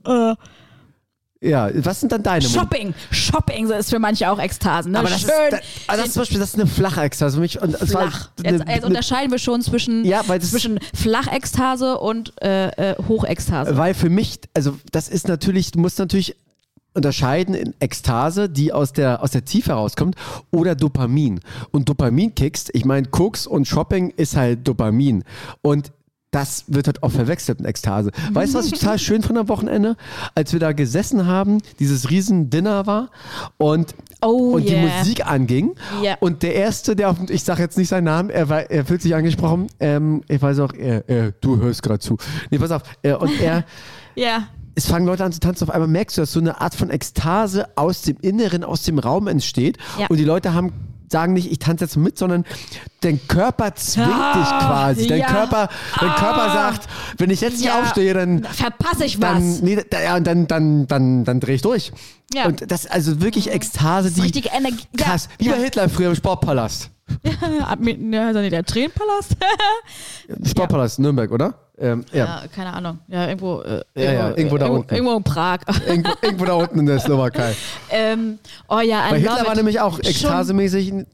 S4: ja, was sind dann deine
S5: Äh,
S4: Mo-
S5: Shopping. Shopping so ist für manche auch Ekstasen. Ne?
S4: Aber das,
S5: Schön.
S4: ist, da, also das ist zum Beispiel das ist eine flache Ekstase für mich. Und es war
S5: flach.
S4: Eine,
S5: Jetzt, jetzt
S4: eine,
S5: unterscheiden wir schon zwischen,
S4: Ja, weil das-
S5: zwischen Flachekstase und äh, äh, Hochekstase.
S4: weil für mich, also das ist natürlich, du musst natürlich unterscheiden in Ekstase, die aus der, aus der Tiefe herauskommt, oder Dopamin. Und Dopaminkicks, ich meine, Koks und Shopping ist halt Dopamin. Und das wird halt oft verwechselt mit Ekstase. Weißt du, was ich total
S5: [laughs]
S4: schön von am Wochenende? Als wir da gesessen haben, dieses riesen Dinner war und,
S5: Oh,
S4: und
S5: yeah.
S4: die Musik anging.
S5: Ja.
S4: Und der Erste, der auf, ich sage jetzt nicht seinen Namen, er, war, er fühlt sich angesprochen, ähm, ich weiß auch, er, er, du hörst gerade zu. Nee, pass auf. Äh, und er,
S5: ja. [laughs]
S4: es fangen Leute an zu tanzen. Auf einmal merkst du, dass so eine Art von Ekstase aus dem Inneren, aus dem Raum entsteht.
S5: Ja.
S4: Und die Leute haben sagen nicht, ich tanze jetzt mit, sondern dein Körper zwingt
S5: Ah,
S4: dich quasi. Dein,
S5: ja.
S4: Körper, dein
S5: Ah.
S4: Körper sagt, wenn ich jetzt nicht
S5: Ja.
S4: aufstehe, dann,
S5: Verpasse ich
S4: dann,
S5: was.
S4: nee, da, ja, und dann, dann, dann, dann drehe ich durch.
S5: Ja. Mhm.
S4: Und das also wirklich Ekstase, die
S5: Richtige Energie.
S4: krass, wie
S5: ja.
S4: bei Hitler früher im Sportpalast.
S5: ja, ab mit- ja, ist doch nicht der Tränenpalast.
S4: Sportpalast Nürnberg, oder? Ähm, ja.
S5: Ja, keine Ahnung. Ja, irgendwo, äh,
S4: Ja, ja, irgendwo da unten.
S5: Irgendwo in Prag. [laughs]
S4: Irgendwo, irgendwo da unten in der Slowakei.
S5: ähm, oh ja, I
S4: Bei
S5: love
S4: Hitler war
S5: it.
S4: nämlich auch ekstasemäßig ein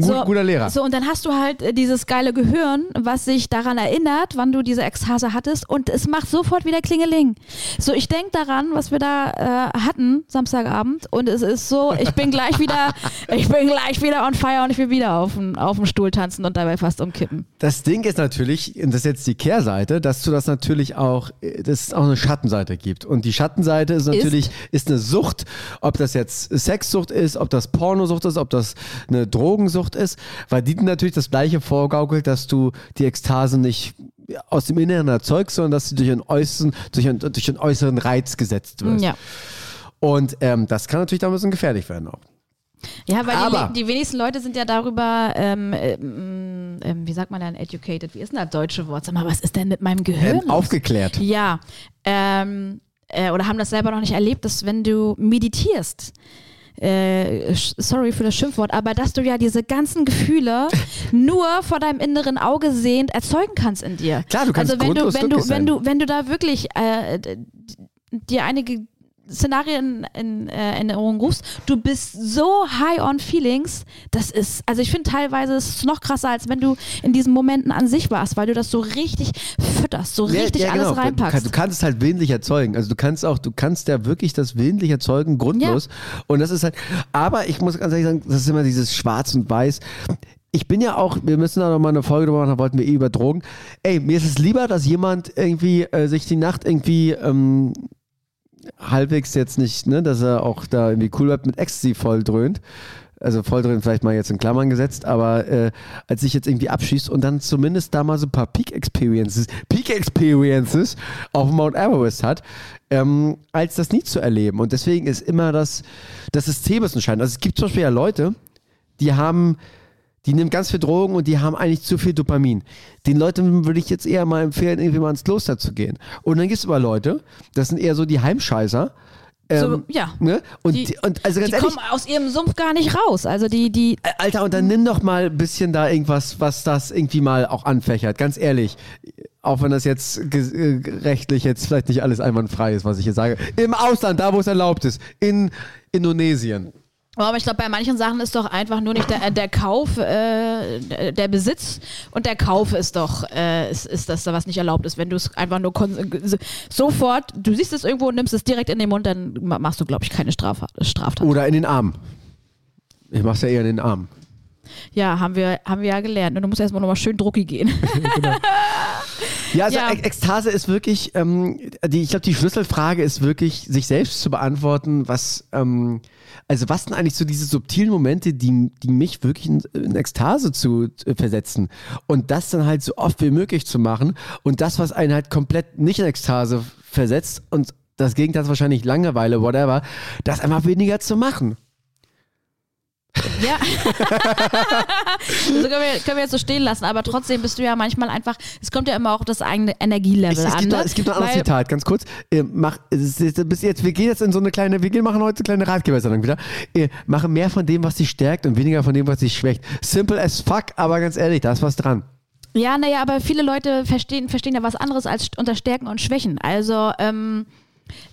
S4: gut, guter Lehrer.
S5: So, und dann hast du halt äh, dieses geile Gehirn, was sich daran erinnert, wann du diese Ekstase hattest und es macht sofort wieder Klingeling. So, ich denke daran, was wir da äh, hatten Samstagabend und es ist so, ich bin
S4: [laughs]
S5: gleich wieder, ich bin gleich wieder on fire und ich will wieder auf dem auf dem Stuhl tanzen und dabei fast umkippen.
S4: Das Ding ist natürlich, und das ist jetzt die Kehrseite, dass du das natürlich auch, äh, dass es auch eine Schattenseite gibt. Und die Schattenseite ist natürlich, ist eine Sucht, ob das jetzt Sexsucht ist, ob das Pornosucht ist, ob das eine Drogensucht ist, weil die dir natürlich das Gleiche vorgaukelt, dass du die Ekstase nicht aus dem Inneren erzeugst, sondern dass sie durch einen äußeren, durch einen, durch einen äußeren Reiz gesetzt wird.
S5: Ja.
S4: Und ähm, das kann natürlich da ein bisschen gefährlich werden auch.
S5: Ja, weil
S4: Aber-
S5: die, die wenigsten Leute sind ja darüber, ähm, ähm, ähm, wie sagt man dann, educated? Wie ist denn das deutsche Wort? Sag mal, was ist denn mit meinem Gehirn?
S4: Ähm,
S5: los?
S4: aufgeklärt.
S5: Ja, ähm, äh, oder haben das selber noch nicht erlebt, dass wenn du meditierst, äh, sch- sorry für das Schimpfwort, aber dass du ja diese
S4: [laughs]
S5: ganzen Gefühle nur vor deinem inneren Auge sehend erzeugen kannst in dir.
S4: Klar, du kannst
S5: also wenn du,
S4: grundlos
S5: wenn du,
S4: glücklich
S5: wenn
S4: sein.
S5: du, wenn du da wirklich äh, d- dir einige Szenarien in äh, Erinnerung rufst, du bist so high on feelings, das ist, also ich finde teilweise ist es noch krasser, als wenn du in diesen Momenten an sich warst, weil du das so richtig fütterst, so richtig
S4: Ja, ja,
S5: alles
S4: genau. Du, kannst-
S5: reinpackst.
S4: du kannst es halt willentlich erzeugen. Also du kannst auch, du kannst ja wirklich das willentlich erzeugen, grundlos. Und das ist halt, aber ich muss ganz ehrlich sagen, das ist immer dieses Schwarz und Weiß. Ich bin ja auch, wir müssen da nochmal eine Folge drüber machen, da wollten wir eh über Drogen. Ey, mir ist es lieber, dass jemand irgendwie äh, sich die Nacht irgendwie ähm, halbwegs jetzt nicht, ne, dass er auch da irgendwie cool bleibt mit Ecstasy voll dröhnt. Also voll drin vielleicht mal jetzt in Klammern gesetzt, aber äh, als sich jetzt irgendwie abschießt und dann zumindest da mal so ein paar Peak Experiences, Peak Experiences auf Mount Everest hat, ähm, als das nie zu erleben. Und deswegen ist immer das, das System ist entscheidend. Also es gibt zum Beispiel ja Leute, die haben, die nehmen ganz viel Drogen und die haben eigentlich zu viel Dopamin. Den Leuten würde ich jetzt eher mal empfehlen, irgendwie mal ins Kloster zu gehen. Und dann gibt es aber Leute, das sind eher so die Heimscheißer.
S5: So, ja.
S4: Ne? Und,
S5: Die-
S4: die, und also ganz
S5: die
S4: ehrlich,
S5: kommen aus ihrem Sumpf gar nicht raus. Also die, die,
S4: Alter, und dann nimm doch mal ein bisschen da irgendwas, was das irgendwie mal auch anfächert. Ganz ehrlich. Auch wenn das jetzt ge- äh, rechtlich jetzt vielleicht nicht alles einwandfrei ist, was ich hier sage. Im Ausland, da wo es erlaubt ist. In Indonesien.
S5: Oh, aber ich glaube, bei manchen Sachen ist doch einfach nur nicht der, der Kauf, äh, der Besitz und der Kauf ist doch, äh, ist, ist das da was nicht erlaubt ist. Wenn du es einfach nur kon- sofort, du siehst es irgendwo und nimmst es direkt in den Mund, dann ma- machst du, glaube ich, keine Straftat. Straftat.
S4: Oder in den Arm. Ich mach's ja eher in den Arm.
S5: Ja, haben wir, haben wir ja gelernt. Und du musst erstmal nochmal schön
S4: [laughs]
S5: drucki gehen.
S4: Ja, also
S5: Ja.
S4: E- Ekstase ist wirklich, ähm, die, ich glaube, die Schlüsselfrage ist wirklich, sich selbst zu beantworten, was, ähm, also was sind eigentlich so diese subtilen Momente, die, die mich wirklich in, in Ekstase zu äh, versetzen und das dann halt so oft wie möglich zu machen und das, was einen halt komplett nicht in Ekstase versetzt und das Gegenteil ist wahrscheinlich Langeweile, whatever, das einfach weniger zu machen.
S5: [laughs] Ja. so Also können wir, können wir jetzt so stehen lassen, aber trotzdem bist du ja manchmal einfach, es kommt ja immer auch auf das eigene Energielevel
S4: Es, es,
S5: an.
S4: gibt,
S5: ne?
S4: noch, es gibt noch ein anderes
S5: Weil-
S4: Zitat, ganz kurz. Äh, mach, es ist, es ist- bis jetzt, wir gehen jetzt in so eine kleine, wir gehen, machen heute eine kleine Ratgebersendung wieder. Äh, mache mehr von dem, was dich stärkt und weniger von dem, was dich schwächt. Simple as fuck, aber ganz ehrlich, da ist was dran.
S5: Ja, naja, aber viele Leute verstehen, verstehen ja was anderes als st- unter Stärken und Schwächen. Also, ähm,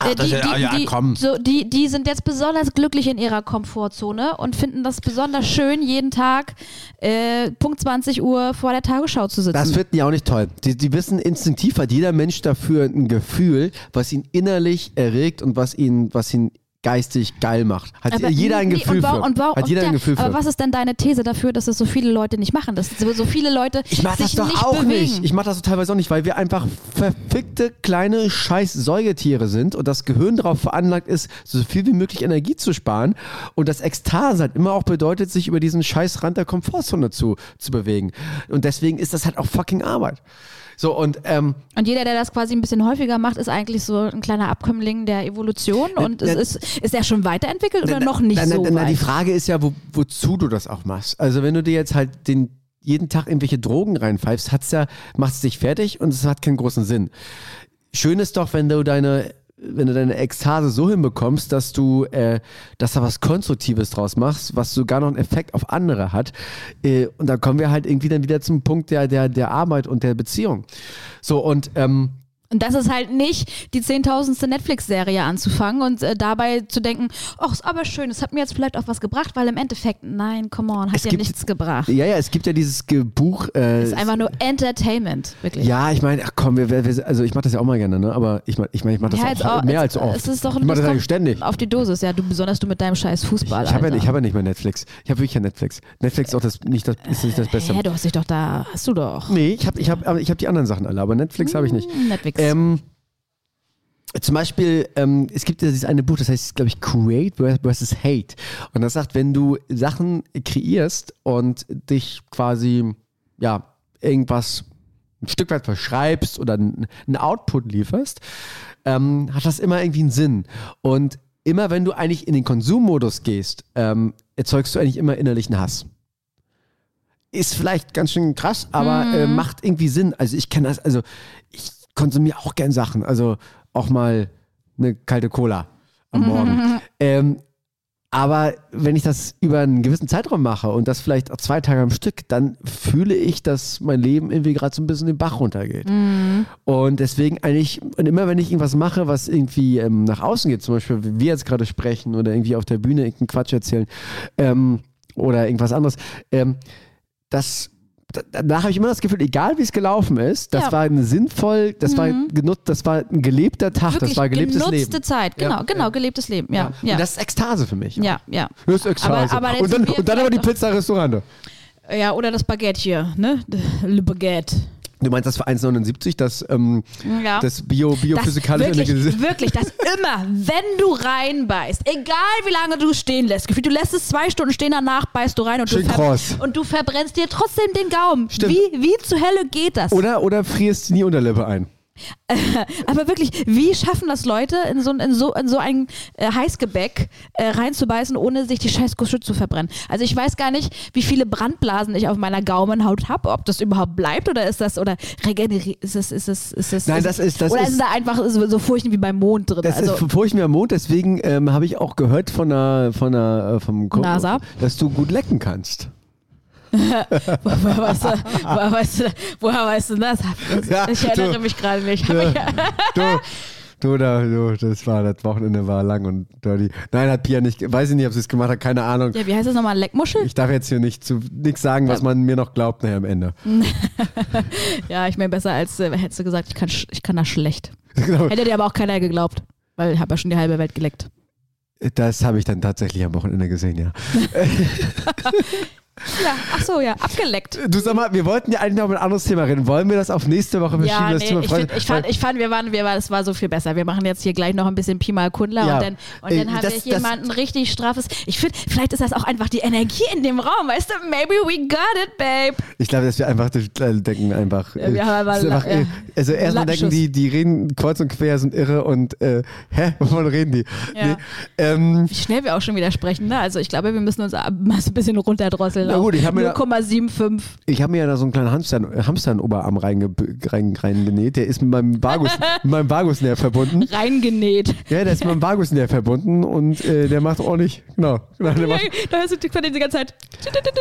S5: äh,
S4: das
S5: die,
S4: ist ja-
S5: die,
S4: ja,
S5: die,
S4: komm.
S5: So, die, die sind jetzt besonders glücklich in ihrer Komfortzone und finden das besonders schön, jeden Tag äh, Punkt 20 Uhr vor der Tagesschau zu sitzen.
S4: Das finden die auch nicht toll. Die, die wissen instinktiv hat jeder Mensch dafür ein Gefühl, was ihn innerlich erregt und was ihn, was ihn geistig geil macht. Hat jeder ein
S5: nee,
S4: Gefühl
S5: und wa-
S4: für.
S5: Und wa-
S4: hat jeder
S5: und
S4: ein
S5: ja,
S4: Gefühl für.
S5: aber was ist denn deine These dafür, dass es so viele Leute nicht machen? Dass so so viele Leute
S4: Ich mach das
S5: sich
S4: doch
S5: nicht
S4: auch
S5: bewegen.
S4: nicht. Ich mach das doch teilweise auch nicht, weil wir einfach verfickte kleine scheiß Säugetiere sind und das Gehirn darauf veranlagt ist, so viel wie möglich Energie zu sparen und das Ekstase halt immer auch bedeutet, sich über diesen scheiß Rand der Komfortzone zu, zu bewegen. Und deswegen ist das halt auch fucking Arbeit. So und ähm,
S5: Und jeder, der das quasi ein bisschen häufiger macht, ist eigentlich so ein kleiner Abkömmling der Evolution und
S4: na-
S5: ist, ist, ist er schon weiterentwickelt oder noch nicht
S4: na, na,
S5: so
S4: na, die
S5: weit?
S4: Frage ist ja, wo, wozu du das auch machst. Also wenn du dir jetzt halt den jeden Tag irgendwelche Drogen reinpfeifst, hat's ja, machst dich fertig und es hat keinen großen Sinn. Schön ist doch, wenn du deine wenn du deine Ekstase so hinbekommst, dass du, äh, dass da was Konstruktives draus machst, was sogar noch einen Effekt auf andere hat. Äh, und da kommen wir halt irgendwie dann wieder zum Punkt der, der, der Arbeit und der Beziehung. So, und ähm,
S5: Und das ist halt nicht die zehntausendste Netflix-Serie anzufangen und äh, dabei zu denken, ach, ist aber schön, es hat mir jetzt vielleicht auch was gebracht, weil im Endeffekt, nein, come on, hat
S4: Es
S5: ja
S4: gibt-
S5: nichts gebracht.
S4: ja, ja, es gibt ja dieses Ge- Buch. Äh,
S5: ist einfach nur Entertainment, wirklich.
S4: ja, ich meine, ach komm, wir, wir, also ich mache das ja auch mal gerne, ne? Aber ich meine, ich, mein, ich mache das
S5: Ja,
S4: auch, mehr als oft.
S5: Es ist doch
S4: ich mache das
S5: das
S4: eigentlich ständig.
S5: kommt Auf die Dosis, ja, du besonders du mit deinem scheiß Fußball. ne?
S4: Ich habe ja,
S5: Alter.
S4: ich hab ja nicht mehr Netflix. Ich habe wirklich kein Netflix. Netflix ist auch das, nicht das, ist nicht das Beste.
S5: Äh, Hä, du hast dich doch da, hast du doch.
S4: nee, ich habe ich hab, aber ich hab die anderen Sachen alle, aber Netflix
S5: Hm.
S4: habe ich nicht.
S5: Netflix.
S4: Ähm, zum Beispiel, ähm, es gibt ja dieses eine Buch, das heißt, glaube ich, Create versus Hate. Und das sagt, wenn du Sachen kreierst und dich quasi, ja, irgendwas ein Stück weit verschreibst oder n- einen Output lieferst, ähm, hat das immer irgendwie einen Sinn. Und immer wenn du eigentlich in den Konsummodus gehst, ähm, erzeugst du eigentlich immer innerlichen Hass. Ist vielleicht ganz schön krass, aber äh, macht irgendwie Sinn. Also ich kenne das, also ich konsumiere auch gern Sachen. Also auch mal eine kalte Cola am
S5: Mhm.
S4: Morgen. ähm, aber wenn ich das über einen gewissen Zeitraum mache und das vielleicht auch zwei Tage am Stück, dann fühle ich, dass mein Leben irgendwie gerade so ein bisschen den Bach runtergeht.
S5: Mhm.
S4: Und deswegen eigentlich, und immer wenn ich irgendwas mache, was irgendwie ähm, nach außen geht, zum Beispiel, wie wir jetzt gerade sprechen oder irgendwie auf der Bühne irgendeinen Quatsch erzählen ähm, oder irgendwas anderes, ähm, das. da- Danach habe ich immer das Gefühl, egal wie es gelaufen ist, das
S5: Ja. Mhm.
S4: war ein sinnvoll, das war genutzt, das war ein gelebter Tag,
S5: wirklich
S4: das war gelebtes
S5: genutzte
S4: Leben.
S5: Zeit, genau,
S4: Ja,
S5: genau, gelebtes Leben, ja, ja.
S4: Und das ist Ekstase für mich.
S5: ja, ja.
S4: Das ist Ekstase.
S5: Aber- aber jetzt
S4: und dann,
S5: sind wir
S4: und dann aber die
S5: vielleicht
S4: Pizza Restaurante.
S5: Ja, oder das Baguette hier, ne? [laughs] Le Baguette.
S4: Du meinst das für 1,79, das, ähm,
S5: Ja.
S4: das Bio, biophysikalische
S5: das, wirklich,
S4: Gesicht- [laughs]
S5: wirklich, das immer, wenn du reinbeißt, egal wie lange du stehen lässt, gefühlt, du lässt es zwei Stunden stehen, danach beißt du rein und, du,
S4: Schön kross.
S5: und du verbrennst dir trotzdem den Gaumen.
S4: Stimmt.
S5: Wie, wie zur Hölle geht das?
S4: Oder, oder frierst die Unterlippe ein.
S5: Aber wirklich, wie schaffen das Leute, in so, ein- in so, in so ein äh, Heißgebäck äh, reinzubeißen, ohne sich die scheiß Gusche zu verbrennen? Also ich weiß gar nicht, wie viele Brandblasen ich auf meiner Gaumenhaut habe, ob das überhaupt bleibt oder ist das, oder regeneriert, ist es, ist es, ist es.
S4: Nein, das ist- das
S5: Oder
S4: ist-
S5: sind da einfach so, so Furchen wie beim Mond drin?
S4: Das
S5: also,
S4: ist furcht mir am Mond, deswegen ähm, habe ich auch gehört von einer, von einer, äh, vom Ko-
S5: NASA?
S4: dass du gut lecken kannst.
S5: woher, weißt du, woher, weißt du, woher weißt du das?
S4: Ja,
S5: ich erinnere
S4: du-
S5: mich gerade nicht. Aber ja. [laughs]
S4: Du, du, da, du, das war, das Wochenende war lang und dirty. Nein, hat Pia nicht, ge- weiß ich nicht, ob sie es gemacht hat, keine Ahnung.
S5: ja, wie heißt das nochmal? Leckmuschel?
S4: Ich darf jetzt hier nicht zu nichts sagen, was man mir noch glaubt nachher am Ende. [laughs]
S5: Ja, ich meine besser als, äh, hättest du gesagt, ich kann, sch- ich kann das schlecht.
S4: Genau.
S5: Hätte dir aber auch keiner geglaubt, weil ich habe ja schon die halbe Welt geleckt.
S4: Das habe ich dann tatsächlich am Wochenende gesehen, ja.
S5: Ja, ach so, ja, abgeleckt.
S4: Du sag mal, wir wollten ja eigentlich noch über ein anderes Thema reden. Wollen wir das auf nächste Woche verschieben?
S5: Ja,
S4: das
S5: nee,
S4: Thema
S5: ich,
S4: Freunde?
S5: find, ich, fand, ich fand, wir waren, wir waren, es war so viel besser. Wir machen jetzt hier gleich noch ein bisschen Pi mal Kundler
S4: Ja.
S5: und dann, und
S4: Äh,
S5: dann haben
S4: das-
S5: wir
S4: das-
S5: hier jemanden richtig strafes. Ich finde, vielleicht ist das auch einfach die Energie in dem Raum, weißt du? Maybe we got it, babe.
S4: Ich glaube, dass wir einfach durch- äh, denken einfach.
S5: Ja, wir
S4: äh,
S5: haben aber
S4: ist einfach
S5: la-
S4: äh,
S5: ja.
S4: also erstmal denken
S5: Lappenschuss.
S4: die, die reden kreuz und quer, sind irre und äh, hä, [laughs] wovon reden die?
S5: Ja.
S4: Nee. Ähm,
S5: Wie schnell wir auch schon wieder sprechen, ne? Also ich glaube, wir müssen uns ab- mal so ein bisschen runterdrosseln.
S4: Na gut,
S5: auf
S4: ich hab mir da-
S5: 0,75.
S4: ich habe mir ja da so einen kleinen Hamster, Hamster in den Oberarm reinge rein, reingenäht. Der ist mit meinem Vagus,
S5: [laughs]
S4: mit meinem Vagusnerv verbunden.
S5: Reingenäht.
S4: Ja, der ist mit meinem Vagusnerv verbunden und äh, der macht ordentlich. Genau. genau der macht,
S5: Da hörst du von dem die ganze Zeit.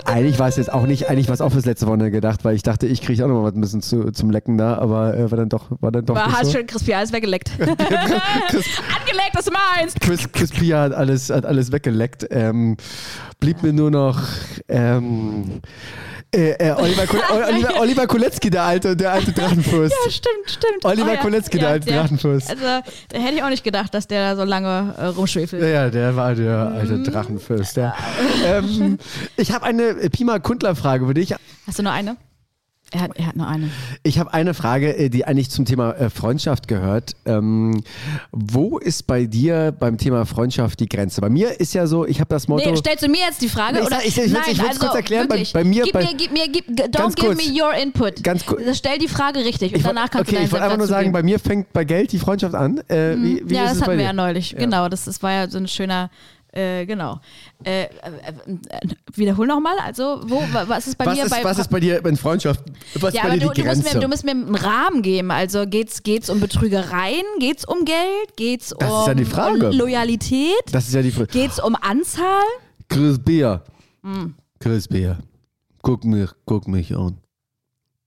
S4: Eigentlich war es jetzt auch nicht, eigentlich war es auch fürs letzte Wochenende gedacht, weil ich dachte, ich kriege auch noch mal was ein bisschen zu, zum Lecken da, aber äh, war dann doch, war dann doch
S5: War
S4: nicht
S5: hast
S4: so. genau.
S5: schon Crispy
S4: [laughs]
S5: alles weggeleckt. Angelegt, was du meinst.
S4: Chris, Chris Pia hat alles, hat alles weggeleckt. Ähm, blieb mir nur noch ähm, äh, äh, Oliver, Kul
S5: [laughs]
S4: Oliver, Oliver Kulecki, der alte, der alte Drachenfürst.
S5: Oh, Ja, stimmt, stimmt.
S4: Oliver Kolecki, der alte Drachenfürst.
S5: Also, da hätte ich auch nicht gedacht, dass der da so lange äh, rumschwefelt.
S4: Ja, ja, der war der alte
S5: Mhm.
S4: Drachenfürst. Ja. ähm, ich habe eine äh, Pima Kundler-Frage für dich.
S5: Hast du nur eine? Er hat, er hat nur eine.
S4: Ich habe eine Frage, äh, die eigentlich zum Thema äh, Freundschaft gehört. Ähm, wo ist bei dir beim Thema Freundschaft die Grenze? Bei mir ist ja so, ich habe das Motto.
S5: Nee, stellst du mir jetzt die Frage?
S4: Ich
S5: oder?
S4: sag-
S5: also,
S4: ich- ich will's- ich will's kurz erklären, bei-
S5: wirklich.
S4: bei mir-
S5: Gib
S4: bei-
S5: mir, gib mir, gib, g-
S4: Ganz
S5: don't give
S4: kurz.
S5: me your input. Also,
S4: Ganz kurz.
S5: Stell die Frage richtig und
S4: Ich woll-
S5: danach kannst
S4: okay,
S5: du deinen
S4: ich wollte einfach nur
S5: Senf dazu
S4: sagen,
S5: geben.
S4: bei
S5: Mhm.
S4: mir fängt bei Geld die Freundschaft an. Äh, wie, wie
S5: Ja, Genau,
S4: ist
S5: das
S4: es bei
S5: hatten wir
S4: dir?
S5: ja neulich. Genau, das, das war ja so ein schöner Äh, genau. Äh, äh, äh, wiederhol nochmal. Also, wo, wa- was ist bei
S4: Was
S5: dir
S4: ist,
S5: bei.
S4: was ist bei dir in Freundschaft? Was
S5: ja,
S4: ist bei
S5: aber
S4: dir
S5: du,
S4: die
S5: du, musst
S4: Grenze?
S5: mir, du musst mir einen Rahmen geben. Also geht's, geht's um Betrügereien? Geht's um Geld? Geht's um,
S4: ist ja die Frage.
S5: um Loyalität?
S4: das ist ja die Frage.
S5: geht's um Anzahl?
S4: Chris Beer.
S5: Mhm.
S4: Chris Beer. Guck mich, guck mich an.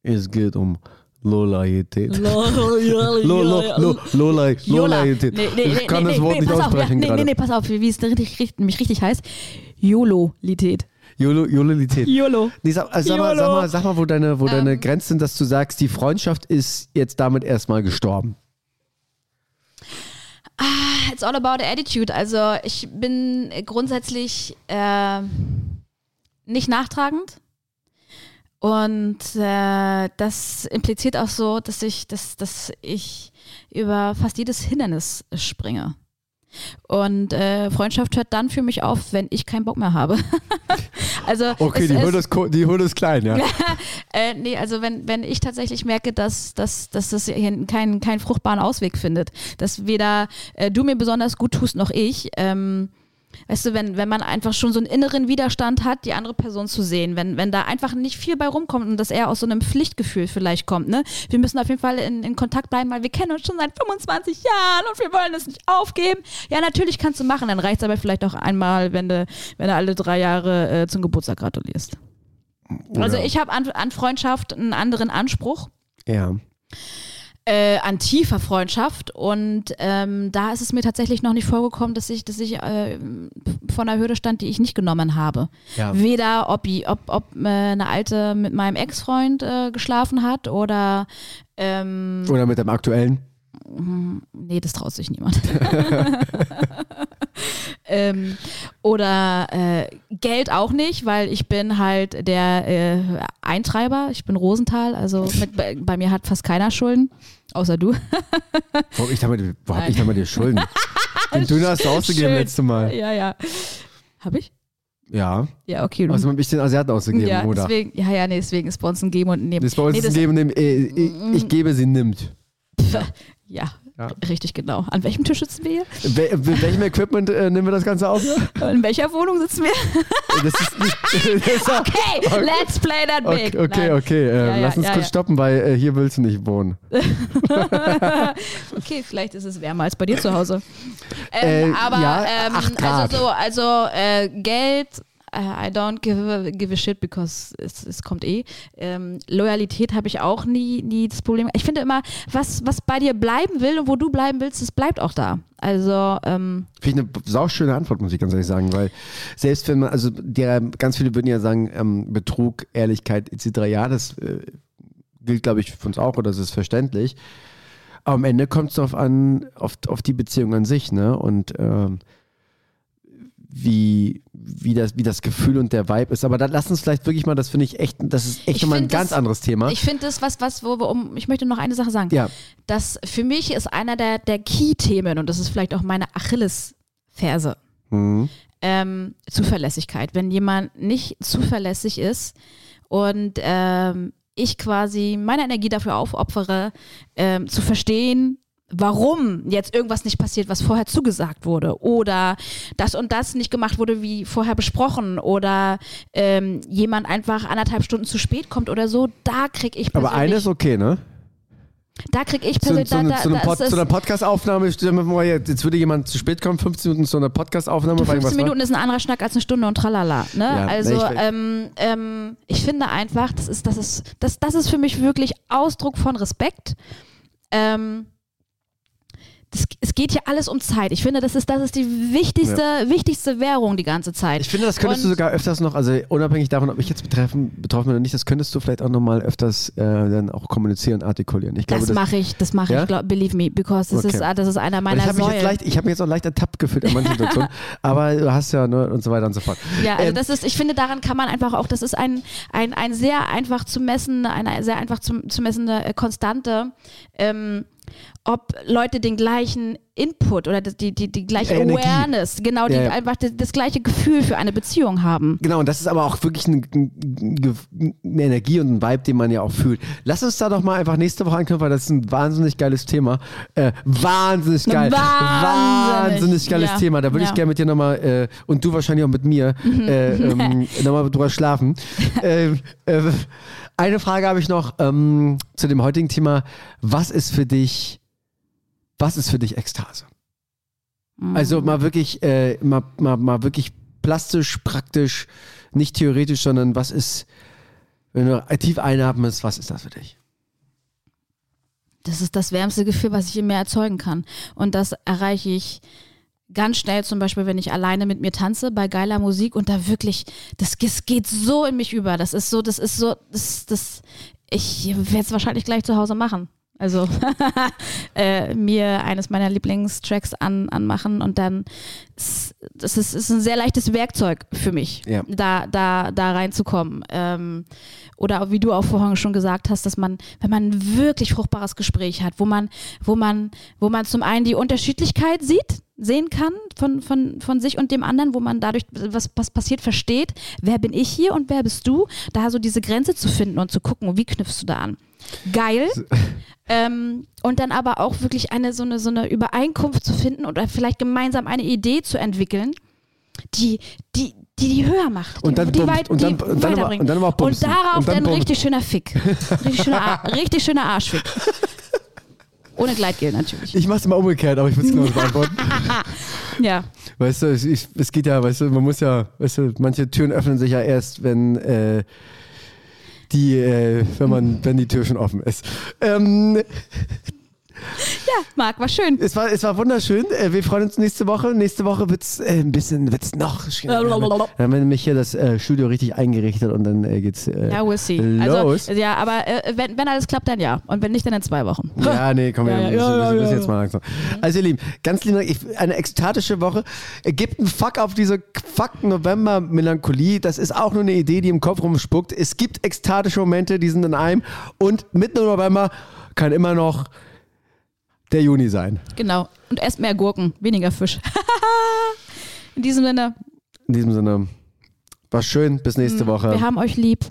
S4: Es geht um Loyalität. [laughs] Lo, lo, lo, Lolai,
S5: Jola.
S4: Lolai.
S5: Nee, nee, nee,
S4: ich kann
S5: nee,
S4: das
S5: nee,
S4: Wort
S5: nee,
S4: nicht
S5: pass auf,
S4: aussprechen
S5: ja, nee,
S4: gerade.
S5: nee, nee, pass auf, wie es richtig, richtig, mich richtig heißt. Jololität.
S4: Jolo- Jololität.
S5: Jolo.
S4: Nee, sag, äh, sag, mal,
S5: Jolo. Ähm.
S4: sag, mal, sag mal, wo deine, wo deine Grenzen sind, dass du sagst, die Freundschaft ist jetzt damit erstmal gestorben.
S5: It's all about attitude. Also ich bin grundsätzlich äh, nicht nachtragend. Und äh, das impliziert auch so, dass ich, dass, dass ich über fast jedes Hindernis springe. Und äh, Freundschaft hört dann für mich auf, wenn ich keinen Bock mehr habe. [laughs] also es ist-
S4: die Hürde ist klein, ja.
S5: äh, nee, also wenn, wenn ich tatsächlich merke, dass, dass, dass das hier keinen keinen fruchtbaren Ausweg findet, dass weder äh, du mir besonders gut tust noch ich, ähm, weißt du, wenn, wenn man einfach schon so einen inneren Widerstand hat, die andere Person zu sehen, wenn, wenn da einfach nicht viel bei rumkommt und dass er aus so einem Pflichtgefühl vielleicht kommt, ne? Wir müssen auf jeden Fall in, in Kontakt bleiben, weil wir kennen uns schon seit 25 Jahren und wir wollen das nicht aufgeben. Ja, natürlich kannst du machen, dann reicht es aber vielleicht auch einmal, wenn du, wenn du alle drei Jahre äh, zum Geburtstag gratulierst. Also ich habe an, an Freundschaft einen anderen Anspruch,
S4: ja.
S5: Mhm. äh, an tiefer Freundschaft und ähm, da ist es mir tatsächlich noch nicht vorgekommen, dass ich, dass ich äh, vor einer Hürde stand, die ich nicht genommen habe.
S4: Ja.
S5: Weder ob, i- ob, ob äh, eine alte mit meinem Ex-Freund äh, geschlafen hat oder ähm,
S4: Oder mit dem aktuellen.
S5: nee, das traut sich niemand. ähm, oder äh, Geld auch nicht, weil ich bin halt der äh, Eintreiber. Ich bin Rosenthal, also mit, bei, bei mir hat fast keiner Schulden, außer du.
S4: Wo hab ich damit, wo hab
S5: Nein.
S4: ich damit die
S5: [laughs]
S4: Schulden? Den Döner hast du ausgegeben
S5: Schön.
S4: letzte Mal.
S5: ja, ja. Hab ich?
S4: Ja. Also
S5: Ja, okay.
S4: Außerdem habe ich den Asiaten ausgegeben,
S5: Mhm. ja,
S4: oder?
S5: deswegen, ja, ja, nee, deswegen ist bei uns ein Geben und ein Nehmen.
S4: Das ist bei uns
S5: nee, Mhm.
S4: das Leben, dem, äh, ich, ich gebe, sie nimmt.
S5: ja,
S4: Ja.
S5: richtig genau. An welchem Tisch sitzen wir hier?
S4: Wel- Mit welchem Equipment äh, nehmen wir das Ganze
S5: [laughs]
S4: auf?
S5: In welcher Wohnung sitzen wir? [laughs]
S4: Das ist nicht. [laughs] Das ist auch-
S5: Hey, let's play that
S4: okay,
S5: big.
S4: okay,
S5: Nein.
S4: okay. Äh,
S5: Ja, ja,
S4: lass uns
S5: ja,
S4: kurz
S5: ja.
S4: stoppen, weil äh, hier willst du nicht wohnen.
S5: Okay, vielleicht ist es wärmer als bei dir zu
S4: [laughs]
S5: Hause. Ähm,
S4: Äh,
S5: aber
S4: ja,
S5: ähm,
S4: acht Grad.
S5: also so, also äh, Geld. äh, I don't give a, give a shit, because es, es kommt eh. Ähm, Loyalität habe ich auch nie, nie das Problem. Ich finde immer, was, was bei dir bleiben will und wo du bleiben willst, das bleibt auch da. Also, ähm,
S4: Finde ich eine sauschöne Antwort, muss ich ganz ehrlich sagen, weil selbst wenn man, also der, ganz viele würden ja sagen, ähm, Betrug, Ehrlichkeit etc., ja, das äh, gilt, glaube ich, für uns auch oder das ist verständlich. Aber am Ende kommt es darauf an, auf, auf die Beziehung an sich, ne? Und ähm, wie, wie, das, wie das Gefühl und der Vibe ist. Aber dann lass uns vielleicht wirklich mal, das finde ich echt, das ist echt
S5: Ich
S4: nochmal ein
S5: find
S4: ganz
S5: das-
S4: anderes Thema.
S5: ich finde das, was, was, wo wir um, ich möchte noch eine Sache sagen.
S4: ja,
S5: Das für mich ist einer der, der Key-Themen und das ist vielleicht auch meine Achilles-Ferse.
S4: mhm.
S5: ähm, Zuverlässigkeit. Wenn jemand nicht zuverlässig ist und ähm, ich quasi meine Energie dafür aufopfere, ähm, zu verstehen, warum jetzt irgendwas nicht passiert, was vorher zugesagt wurde oder das und das nicht gemacht wurde, wie vorher besprochen oder ähm, jemand einfach anderthalb Stunden zu spät kommt oder so, da krieg Also ich
S4: aber
S5: persönlich,
S4: eine ist okay, ne?
S5: da krieg ich
S4: zu,
S5: persönlich,
S4: zu,
S5: da, da,
S4: zu, einem
S5: da
S4: Pod,
S5: ist
S4: zu einer
S5: es,
S4: Podcast-Aufnahme, stell mir vor, jetzt jetzt würde jemand zu spät kommen, 15 Minuten zu einer Podcast-Aufnahme.
S5: Du,
S4: weil
S5: 15
S4: irgendwas war.
S5: Minuten ist ein anderer Schnack als eine Stunde und tralala. Ne?
S4: Ja,
S5: also
S4: nee, ich will-
S5: ähm, ähm, ich finde einfach, das ist, das ist, das, das ist für mich wirklich Ausdruck von Respekt. Ähm, das, es geht hier alles um Zeit. Ich finde, das ist, das ist die wichtigste, wichtigste Währung die ganze Zeit.
S4: Ich finde, das könntest du
S5: Und-
S4: sogar öfters noch, also unabhängig davon, ob ich jetzt betreffen, betroffen bin oder nicht, das könntest du vielleicht auch nochmal öfters äh, dann auch kommunizieren, artikulieren. Ich glaube,
S5: das mache ich, das mache
S4: Ja?
S5: ich, glaub, believe me, because das,
S4: Okay.
S5: ist, ah, das ist einer meiner
S4: ich habe mich, jetzt
S5: Säulen.
S4: leicht- ich hab mich jetzt auch leicht ertappt gefühlt an
S5: [laughs]
S4: manchen Situationen, aber du hast ja ne, und so weiter und so fort.
S5: Ja, also
S4: Ähm,
S5: das ist, ich finde, daran kann man einfach auch, das ist ein, ein, ein sehr einfach zu messen, eine sehr einfach zu, zu messende äh, Konstante, ähm, ob Leute den gleichen Input oder die, die, die gleiche
S4: Energie.
S5: Awareness, genau, die
S4: Ja, ja.
S5: einfach das, das gleiche Gefühl für eine Beziehung haben.
S4: Genau, und das ist aber auch wirklich ein, ein, ein- eine Energie und ein Vibe, den man ja auch fühlt. Lass uns da doch mal einfach nächste Woche anknüpfen, weil das ist ein wahnsinnig geiles Thema. Äh, wahnsinnig geil.
S5: Wahnsinnig.
S4: wahnsinnig geiles
S5: Ja.
S4: Thema. Da würde
S5: Ja. Mhm.
S4: ich gerne mit dir nochmal, äh, und du wahrscheinlich auch mit mir,
S5: [laughs]
S4: äh, ähm, nochmal drüber schlafen. Ähm, äh, eine Frage habe ich noch ähm, zu dem heutigen Thema. Was ist für dich, was ist für dich Ekstase? Also mal wirklich, äh, mal, mal, mal wirklich plastisch, praktisch, nicht theoretisch, sondern was ist, wenn du tief einatmest, was ist das für dich?
S5: Das ist das wärmste Gefühl, was ich in mir erzeugen kann. Und das erreiche ich ganz schnell, zum Beispiel, wenn ich alleine mit mir tanze, bei geiler Musik und da wirklich, das, ge- es geht so in mich über. Das ist so, das ist so, das, das, ich werde es wahrscheinlich gleich zu Hause machen. Also [laughs] äh, mir eines meiner Lieblingstracks an, anmachen und dann, s- das ist, ist ein sehr leichtes Werkzeug für mich,
S4: Ja.
S5: da, da, da reinzukommen. Ähm, oder auch, wie du auch vorhin schon gesagt hast, dass man, wenn man ein wirklich fruchtbares Gespräch hat, wo man, wo man, wo man zum einen die Unterschiedlichkeit sieht, sehen kann von, von, von sich und dem anderen, wo man dadurch, was, was passiert, versteht, wer bin ich hier und wer bist du, da so diese Grenze zu finden und zu gucken, wie knüpfst du da an. Geil. Ähm, und dann aber auch wirklich eine so eine so eine Übereinkunft zu finden oder vielleicht gemeinsam eine Idee zu entwickeln, die die die, die höher macht,
S4: Und
S5: die-
S4: dann
S5: die
S4: bumst.
S5: weit,
S4: Und dann-
S5: die
S4: und dann aber-
S5: weiterbringt.
S4: und dann aber auch
S5: und
S4: bumsen.
S5: darauf
S4: Und dann
S5: dann,
S4: bumsen.
S5: richtig schöner Fick,
S4: [laughs]
S5: richtig schöner, Ar- richtig schöner Arschfick, ohne Gleitgel natürlich.
S4: Ich mach's immer umgekehrt, aber ich würde es genau [laughs] beantworten.
S5: Ja,
S4: Weißt du, es- ich, es geht ja, weißt du, man muss ja, weißt du, manche Türen öffnen sich ja erst, wenn äh, die, äh, wenn man, wenn die Tür schon offen ist. Ähm,
S5: Marc, war schön.
S4: es war, es war wunderschön. Äh, wir freuen uns nächste Woche. Nächste Woche wird's äh, ein bisschen, wird's noch. Dann haben wir nämlich hier das äh, Studio richtig eingerichtet und dann äh, geht's äh,
S5: Ja, we'll see.
S4: los.
S5: Also, ja, aber äh, wenn, wenn alles klappt, dann ja. Und wenn nicht, dann in zwei Wochen.
S4: Ja, nee, komm,
S5: Ja,
S4: wir
S5: ja,
S4: müssen,
S5: ja, ja,
S4: wir müssen
S5: ja.
S4: jetzt mal langsam. Also ihr Lieben, ganz lieben Dank, ich- eine ekstatische Woche. Äh, Gebt einen Fuck auf diese Fuck November Melancholie. Das ist auch nur eine Idee, die im Kopf rumspuckt. Es gibt ekstatische Momente, die sind in einem. Und mitten im November kann immer noch der Juni sein.
S5: [laughs] Genau. Und esst mehr Gurken, weniger Fisch. [laughs] In diesem Sinne,
S4: In diesem Sinne, war schön, bis nächste Woche.
S5: wir haben euch lieb.